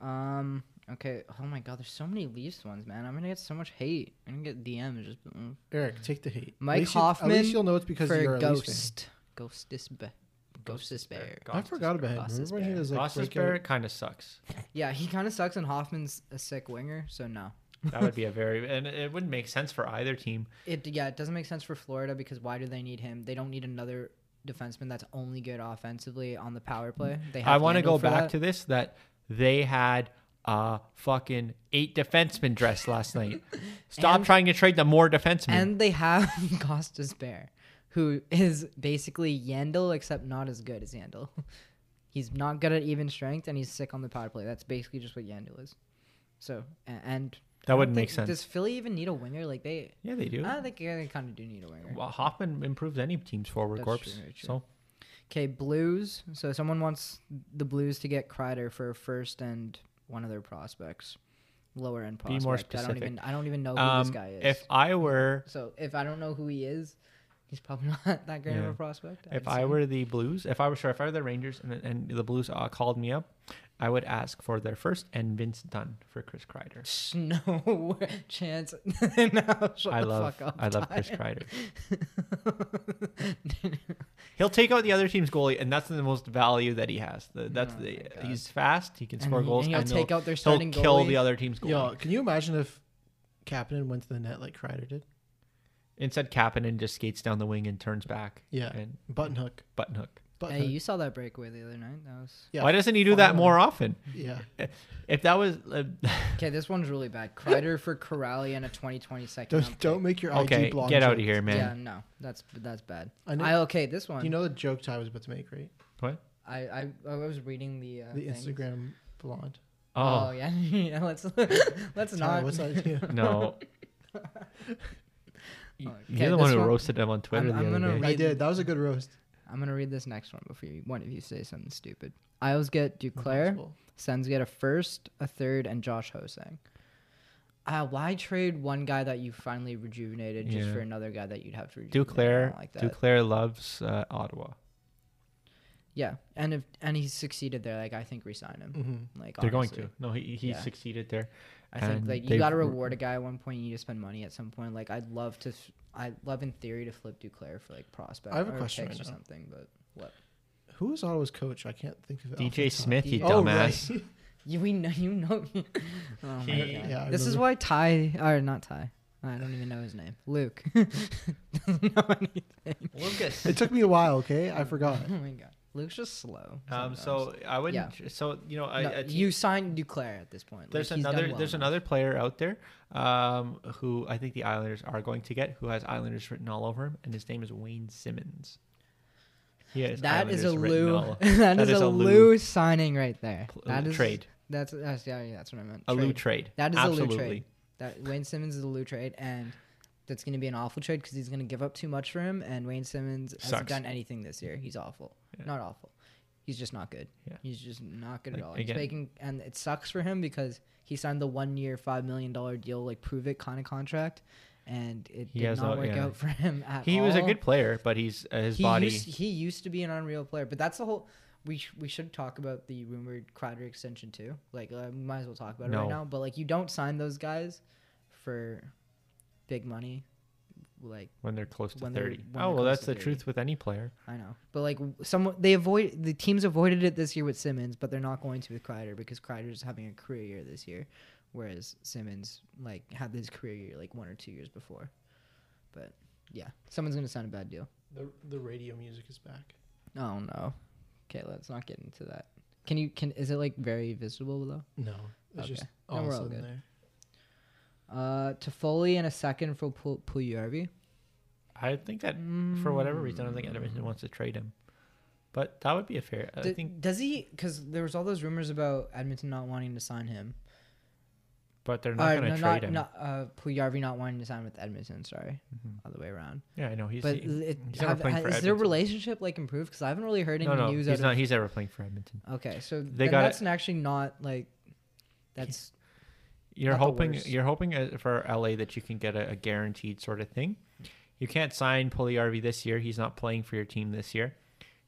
S4: Um. Okay. Oh my God. There's so many Leafs ones, man. I'm gonna get so much hate. I'm gonna get DMs. Just mm.
S2: Eric, take the hate. At
S4: Mike
S2: least you- At
S4: Hoffman
S2: least you'll know it's because
S4: for
S2: you're a Leafs fan.
S4: ghost. Ghost is ba- Ghost is bear.
S2: I forgot about him.
S4: Gostisbehere.
S2: Remember when he was like
S3: Boston
S2: breaking out-
S3: Spirit kind of sucks.
S4: Yeah, he kind of sucks, and Hoffman's a sick winger. So no.
S3: That would be a very and it wouldn't make sense for either team.
S4: It yeah. It doesn't make sense for Florida because why do they need him? They don't need another defenseman that's only good offensively on the power play. They have
S3: Mm-hmm. I want to
S4: Yandel
S3: go
S4: for
S3: back
S4: that.
S3: to this that they had uh fucking eight defensemen dressed last night. Stop
S4: And-
S3: trying to trade the more defensemen.
S4: And they have Costas Bear, who is basically Yandel, except not as good as Yandel. He's not good at even strength, and he's sick on the power play. That's basically just what Yandel is. So, a- and I don't
S3: wouldn't make
S4: think- Does
S3: sense.
S4: Philly even need a winger? Like they,
S3: yeah, they do.
S4: I think yeah, they kind of do need a winger.
S3: Well, Hoffman improves any team's forward
S4: That's
S3: corps.
S4: true, very true.
S3: So
S4: Okay, Blues. So someone wants the Blues to get Kreider for first and one of their prospects, lower end
S3: Be
S4: prospect.
S3: more
S4: I don't
S3: specific.
S4: even I don't even know who
S3: um,
S4: this guy is.
S3: if I were
S4: so if I don't know who he is, he's probably not that great of
S3: Yeah.
S4: a prospect. I'd
S3: if I
S4: assume.
S3: were the Blues, if I were sure, if I were the Rangers and, and the Blues uh, called me up, I would ask for their first and Vince Dunn for Chris Kreider.
S4: Sh- No chance. no, shut
S3: I
S4: the
S3: love
S4: fuck up.
S3: I love
S4: Ty.
S3: Chris Kreider. He'll take out the other team's goalie, and that's the most value that he has. The, that's
S4: Oh
S3: the
S4: my God.
S3: he's fast. He can
S4: And
S3: score
S4: he-
S3: goals.
S4: and he'll
S3: and
S4: take out their
S3: he'll
S4: starting
S3: kill
S4: goalie.
S3: the other team's goalie.
S2: Yo, can you imagine if Kapanen went to the net like Kreider did?
S3: Instead, Kapanen just skates down the wing and turns back.
S2: Yeah.
S3: and
S2: Button hook.
S3: button hook.
S2: Button
S4: Hey,
S2: hook.
S4: you saw that breakaway the other night. That was
S2: Yeah.
S3: Why doesn't he do that
S2: Finally.
S3: more often?
S2: Yeah.
S3: If that was uh,
S4: okay. This one's really bad. Kreider for Corrali and a 2020 second.
S2: Don't
S4: round
S2: don't make your
S3: okay,
S2: IG blog.
S3: get out of
S2: joke.
S3: here,
S4: pick. Yeah,
S3: man.
S4: no, that's that's bad.
S2: I know-
S4: I okay. This one.
S2: You know the joke Ty was about to make, right?
S3: What?
S4: I, I I was reading the uh,
S2: The
S4: things.
S2: Instagram blonde.
S4: Oh,
S3: Oh,
S4: yeah, yeah. Let's let's
S2: Ty,
S4: not.
S2: what's that idea?
S3: no.
S4: Okay,
S3: You're the one
S4: this
S3: who
S4: one-
S3: roasted him on Twitter
S4: I'm- I'm
S3: the other
S4: gonna
S3: day.
S4: read-
S2: I did. That was a good roast.
S4: I'm gonna read this next one before you, one of you say something stupid. Isles get Duclair. Sens get a first, a third, and Josh Hosang. Uh, why trade one guy that you finally rejuvenated just
S3: Yeah.
S4: for another guy that you'd have to rejuvenate? I
S3: Duclair,
S4: don't like that.
S3: Duclair loves uh, Ottawa.
S4: Yeah, and if and he succeeded there, like I think resign him.
S2: Mm-hmm.
S4: Like
S3: Mm. They're going
S4: honestly.
S3: to. No, he, he
S4: Yeah.
S3: succeeded there.
S4: I think
S3: and
S4: like you
S3: they've
S4: got to
S3: re-
S4: reward a guy at one point. You need to spend money at some point. Like I'd love to. f- I love in theory to flip Duclair for like prospect
S2: I have a
S4: or
S2: question
S4: picks
S2: right
S4: or
S2: now.
S4: something, but what?
S2: Who is Ottawa's coach? I can't think of it off
S3: DJ
S2: the top.
S3: Smith, you
S4: Oh,
S2: Oh,
S3: dumbass.
S2: right.
S4: You we know you know. me. oh my
S3: He-
S4: god!
S2: Yeah, I
S4: this is
S2: remember.
S4: why Ty or not Ty. I don't even know his name. Luke. Doesn't know anything.
S3: Lucas.
S2: it took me a while, okay? I forgot.
S4: Oh my god! Luke's just slow.
S3: Um,
S4: sometimes.
S3: so I wouldn't. So you know, I,
S4: No,
S3: a team-
S4: you signed Duclair at this point.
S3: there's
S4: Like, he's done
S3: another
S4: well
S3: there's
S4: enough.
S3: another player out there um, who I think the Islanders are going to get who has Islanders written all over him, and his name is Wayne Simmons. He has
S4: That is a
S3: Islanders written
S4: Lou.
S3: all-
S4: that is, a
S3: Lou-
S4: Lou signing right there.
S3: Pl- uh,
S4: That is
S3: trade.
S4: That's that's yeah, yeah, that's what I meant.
S3: a Lou
S4: Trade.
S3: trade.
S4: That is
S3: Absolutely.
S4: a Lou trade. That Wayne Simmons is a Lou trade, and that's going to be an awful trade because he's going to give up too much for him. And Wayne Simmons hasn't
S3: Sucks.
S4: done anything this year. He's awful.
S3: Yeah.
S4: Not awful. He's just not good.
S3: Yeah.
S4: He's just not good
S3: Like,
S4: at all. He's
S3: again-
S4: making, and it sucks for him because he signed the one-year, five million dollar deal, like prove it kind of contract, and it
S3: He
S4: did
S3: has
S4: not
S3: no-
S4: work
S3: yeah.
S4: out for him at
S3: He
S4: all
S3: was a good player, but he's uh, his
S4: he
S3: body.
S4: Used, he used to be an unreal player, but that's the whole. We sh- we should talk about the rumored Crowder extension too. Like, uh, we might as well talk about it right
S3: No.
S4: now. But like, you don't sign those guys for big money. Like,
S3: when they're close to
S4: when they're-
S3: 30.
S4: when
S3: oh,
S4: they're
S3: well,
S4: close
S3: that's
S4: to
S3: the
S4: 30.
S3: truth with any player.
S4: I know, but like, someone they avoid the teams avoided it this year with Simmons, but they're not going to with Crowder because Crowder's having a career year this year, whereas Simmons like had his career year like one or two years before. But yeah, someone's gonna sign a bad deal.
S2: The, the radio music is back.
S4: Oh no. Okay, let's not get into that. Can you can is it like very visible though?
S2: No, it's
S4: Okay.
S2: just
S4: No,
S2: all of
S4: we're
S2: a
S4: all
S2: sudden
S4: good.
S2: there.
S4: Uh Toffoli and a second for Pu- Puljujarvi.
S3: I think that for whatever reason, I don't think Edmonton wants to trade him. But that would be a fair. I
S4: Do-
S3: think,
S4: does he cuz there was all those rumors about Edmonton not wanting to sign him.
S3: but they're not
S4: Uh,
S3: going
S4: no,
S3: to trade
S4: not,
S3: him.
S4: not uh Puljujarvi not wanting to sign with Edmonton, sorry. Other way around.
S3: Mm-hmm. yeah, I know he's.
S4: but
S3: he-
S4: it,
S3: he's never
S4: have,
S3: playing
S4: ha-
S3: for
S4: is their
S3: Edmonton.
S4: relationship like improved cuz I haven't really heard any
S3: no, no,
S4: news
S3: he's
S4: out
S3: not.
S4: of
S3: He's ever playing for Edmonton.
S4: Okay, so
S3: They
S4: then
S3: got it.
S4: that's actually not like that's
S3: You're
S4: Not the
S3: hoping
S4: worst.
S3: you're hoping uh, for LA that you can get a, a guaranteed sort of thing. You can't sign Puliarvi this year. He's not playing for your team this year.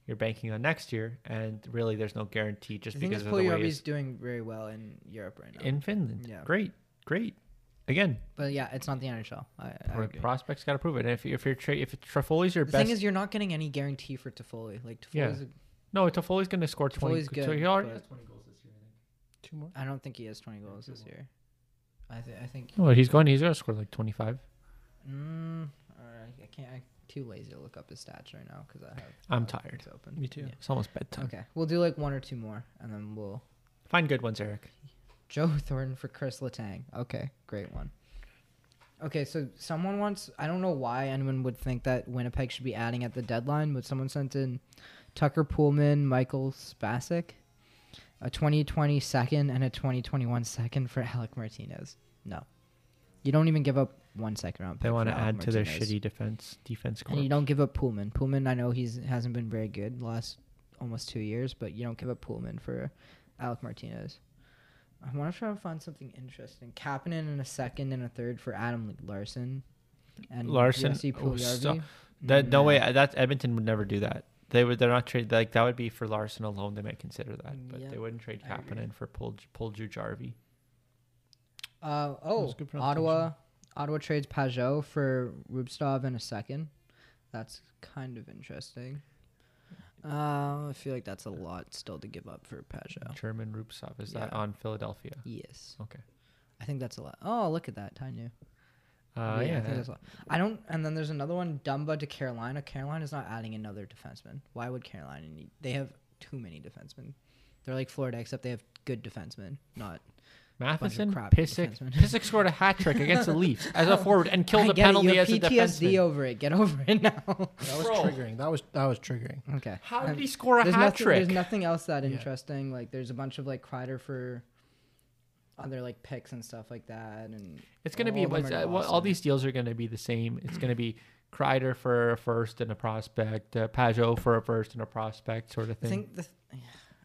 S3: You're banking on next year, and really, there's no guarantee just
S4: I think
S3: because
S4: it's
S3: of the way
S4: Puljujarvi's
S3: it's
S4: doing very well in Europe right now.
S3: in Finland.
S4: Yeah.
S3: Great, great. Again,
S4: but yeah, it's not the NHL. I, I
S3: pro-
S4: agree.
S3: prospects got to prove it. And if, you- if you're tra- if Trafoli's your
S4: The
S3: best,
S4: thing is, you're not getting any guarantee for Toffoli. Like
S3: Yeah.
S4: Toffoli's,
S3: no, Toffoli's going to score twenty.
S4: Toffoli's good.
S3: so he already-
S4: but
S2: Two more.
S4: I don't think he has 20 goals this year. I, th- I think.
S3: well, he's going. He's going to score like twenty five.
S4: Mm, alright, I can't. I'm too lazy to look up his stats right now because I have.
S3: I'm
S4: uh,
S3: tired.
S4: it's Open.
S2: Me too.
S4: Yeah.
S3: It's almost bedtime.
S4: Okay, we'll do like one or two more, and then we'll
S3: Find good ones, Eric.
S4: Joe Thornton for Chris Letang. Okay, great one. Okay, so someone wants I don't know why anyone would think that Winnipeg should be adding at the deadline, but someone sent in Tucker Pullman, Michael Spasic, a 2020 second and a 2021 second for Alec Martinez. No. You don't even give up one second round pick.
S3: They want
S4: for
S3: to
S4: Alec
S3: add to their
S4: Martinez.
S3: shitty defense defense
S4: And you
S3: corps.
S4: don't give up Pullman. Pullman, I know he's hasn't been very good the last almost two years, but you don't give up Pullman for Alec Martinez. I want to try to find something interesting. Kapanen in a second and a third for Adam Larson. And
S3: Larson-
S4: Jesse
S3: oh, stop.
S4: Puljujarvi.
S3: That no
S4: Mm,
S3: way. That Edmonton would never do that. They would. They're not trade like that would be for Larson alone. They might consider that, but
S4: Yeah,
S3: they wouldn't trade
S4: I agree.
S3: Kapanen for Pul Pulju Jarvi.
S4: Uh,
S2: was
S4: oh,
S2: good pronunciation.
S4: Ottawa. Ottawa trades Pajot for Rubstov in a second. That's kind of interesting. Uh, I feel like that's a lot still to give up for Pajot.
S3: German Rupsov is that
S4: Yeah.
S3: on Philadelphia?
S4: Yes.
S3: Okay.
S4: I think that's a lot. Oh, look at that. Ty knew.
S3: Uh, yeah.
S4: I, think that's a lot. I don't. And then there's another one, Dumba to Carolina. Carolina's not adding another defenseman. Why would Carolina need? They have too many defensemen. They're like Florida, except they have good defensemen. Not
S3: Matheson,
S4: crap
S3: Pissick,
S4: defensemen.
S3: Pissick scored a hat trick against the Leafs as a forward and killed
S4: I
S3: a
S4: get it, you
S3: penalty
S4: have
S3: as a
S4: PTSD
S3: defenseman.
S4: over it. Get over it now.
S2: That was
S3: Bro.
S2: triggering. That was that was triggering.
S4: okay.
S3: How
S4: Um,
S3: did he score a
S4: there's
S3: hat
S4: nothing,
S3: trick?
S4: There's nothing else that
S2: Yeah.
S4: interesting. Like there's a bunch of like Kreider for other like picks and stuff like that. And
S3: It's going to
S4: all
S3: be
S4: of them
S3: what's,
S4: are Mm.
S3: uh, what, all
S4: awesome.
S3: these deals are going to be the same. It's going to be Kreider for a first and a prospect, uh, Pajot for a first and a prospect sort of
S4: I
S3: thing.
S4: think the. Th-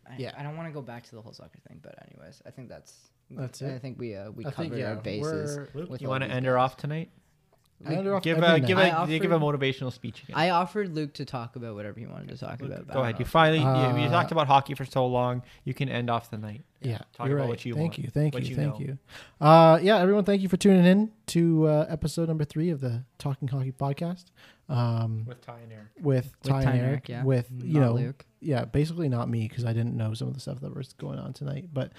S4: I,
S2: Yeah.
S4: I don't want to go back to the whole soccer thing, but anyways, I think that's
S2: That's
S4: I
S2: it.
S4: think we uh, we
S2: I
S4: covered
S2: think, yeah,
S4: our bases.
S2: we're-
S4: with
S3: You
S4: all
S3: want to
S4: these
S3: end her
S4: guys.
S3: off tonight?
S2: I ended off
S3: Give
S2: every
S3: a
S2: night.
S3: give a
S4: I
S3: give a
S4: offered-
S3: motivational speech again.
S4: I offered Luke to talk about whatever he wanted to talk about. but
S3: Go
S4: I
S3: ahead.
S4: don't
S3: You finally you, you
S2: Uh,
S3: talked about hockey for so long. You can end off the night.
S2: Yeah,
S3: Talk
S2: you're
S3: about
S2: right.
S3: what you
S2: thank
S3: want,
S2: you, thank
S3: what
S2: you,
S3: you
S2: thank
S3: know.
S2: you. Uh, yeah, everyone, thank you for tuning in to uh, episode number three of the Talking Hockey podcast um,
S3: With Mm-hmm. Ty and Aaron.
S2: with,
S4: With
S2: Ty and Eric.
S4: yeah.
S2: With you
S4: Not
S2: know,
S4: Luke.
S2: yeah, basically not me because I didn't know some of the stuff that was going on tonight. But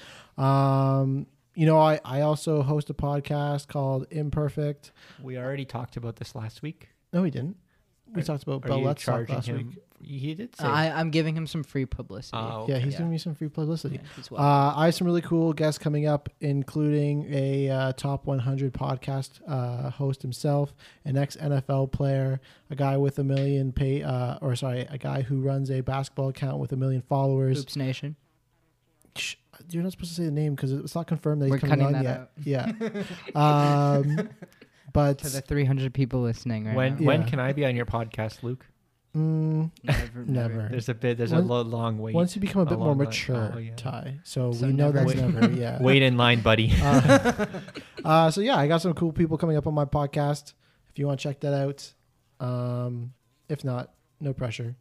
S2: um, you know, I I also host a podcast called Imperfect.
S3: We already talked about this last week.
S2: No, we didn't. We talked about
S3: Are
S2: Bell
S3: you
S2: Let's Talk
S3: charging
S2: last
S3: him?
S2: week.
S3: He did say.
S4: I, I'm giving him some free publicity.
S3: Oh,
S2: Yeah,
S3: okay.
S2: he's
S4: Yeah.
S2: giving me some free publicity.
S4: Yeah, he's welcome.
S2: Uh, I have some really cool guests coming up, including a uh, top 100 podcast uh, host himself, an ex NFL player, a guy with a million pay, uh, or sorry, a guy who runs a basketball account with a million followers.
S4: Oops Nation.
S2: Shh, You're not supposed to say the name because it's not confirmed that he's
S4: We're
S2: coming on
S4: cutting
S2: yet.
S4: that
S2: Yeah. um,
S4: To the
S2: but
S4: 300 people listening right
S3: when
S4: now.
S3: when
S2: Yeah.
S3: can I be on your podcast, Luke?
S2: mm,
S4: Never,
S2: never.
S3: There's a bit. There's
S2: Once-
S3: a lo- long wait.
S2: Once you become a
S3: a
S2: bit more
S3: long line.
S2: mature,
S3: Oh, yeah.
S2: Ty. So,
S4: So
S2: we know
S4: never.
S2: that's never. Yeah.
S3: wait in line, buddy.
S2: uh, uh, so yeah, I got some cool people coming up on my podcast. If you want to check that out, um, if not, no pressure.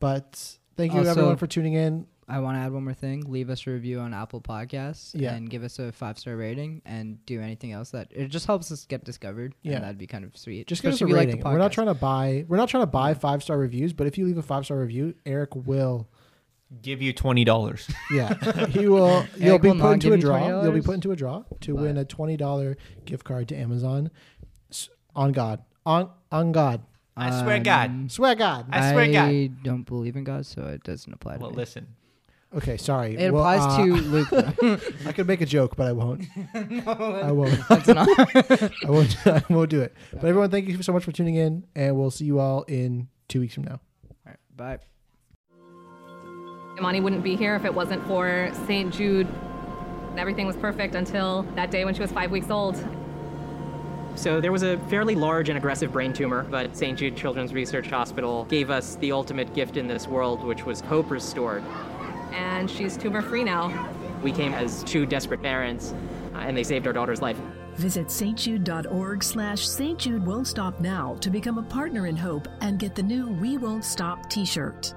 S2: But thank you
S4: Also-
S2: everyone for tuning in.
S4: I want to add one more thing. Leave us a review on Apple Podcasts
S2: Yeah.
S4: and give us a five star rating and do anything else that it just helps us get discovered.
S2: Yeah.
S4: Yeah. that'd be kind of sweet.
S2: Just give us a
S4: Especially if you
S2: rating. we're not
S4: podcast.
S2: trying to buy. We're not trying to buy five star reviews. But if you leave a five star review, Eric will.
S3: Give you twenty dollars.
S2: Yeah, he will. You'll be
S4: will
S2: put
S4: not
S2: into
S4: give
S2: a
S4: you
S2: draw. You'll be
S4: $20,
S2: put into a draw to
S4: but-
S2: win a twenty dollar gift card to Amazon. S- on God. On on God.
S3: I swear to God.
S4: Um,
S2: Swear God.
S3: I swear to God.
S4: I don't believe in God, so it doesn't apply to
S3: Well,
S4: me.
S3: listen.
S2: Okay, sorry.
S4: It
S2: Well,
S4: applies
S2: uh,
S4: to Luke. though.
S2: I could make a joke, but I won't. I won't.
S4: That's not.
S2: I won't. I won't do it. But everyone, thank you so much for tuning in, and we'll see you all in two weeks from now.
S4: All right, bye.
S5: Imani wouldn't be here if it wasn't for St. Jude. Everything was perfect until that day when she was five weeks old.
S6: So there was a fairly large and aggressive brain tumor, but St. Jude Children's Research Hospital gave us the ultimate gift in this world, which was hope restored.
S5: And she's tumor free now.
S6: We came as two desperate parents, uh, and they saved our daughter's life.
S7: Visit stjude.org slash St. Jude Won't Stop Now to become a partner in hope and get the new We Won't Stop t-shirt.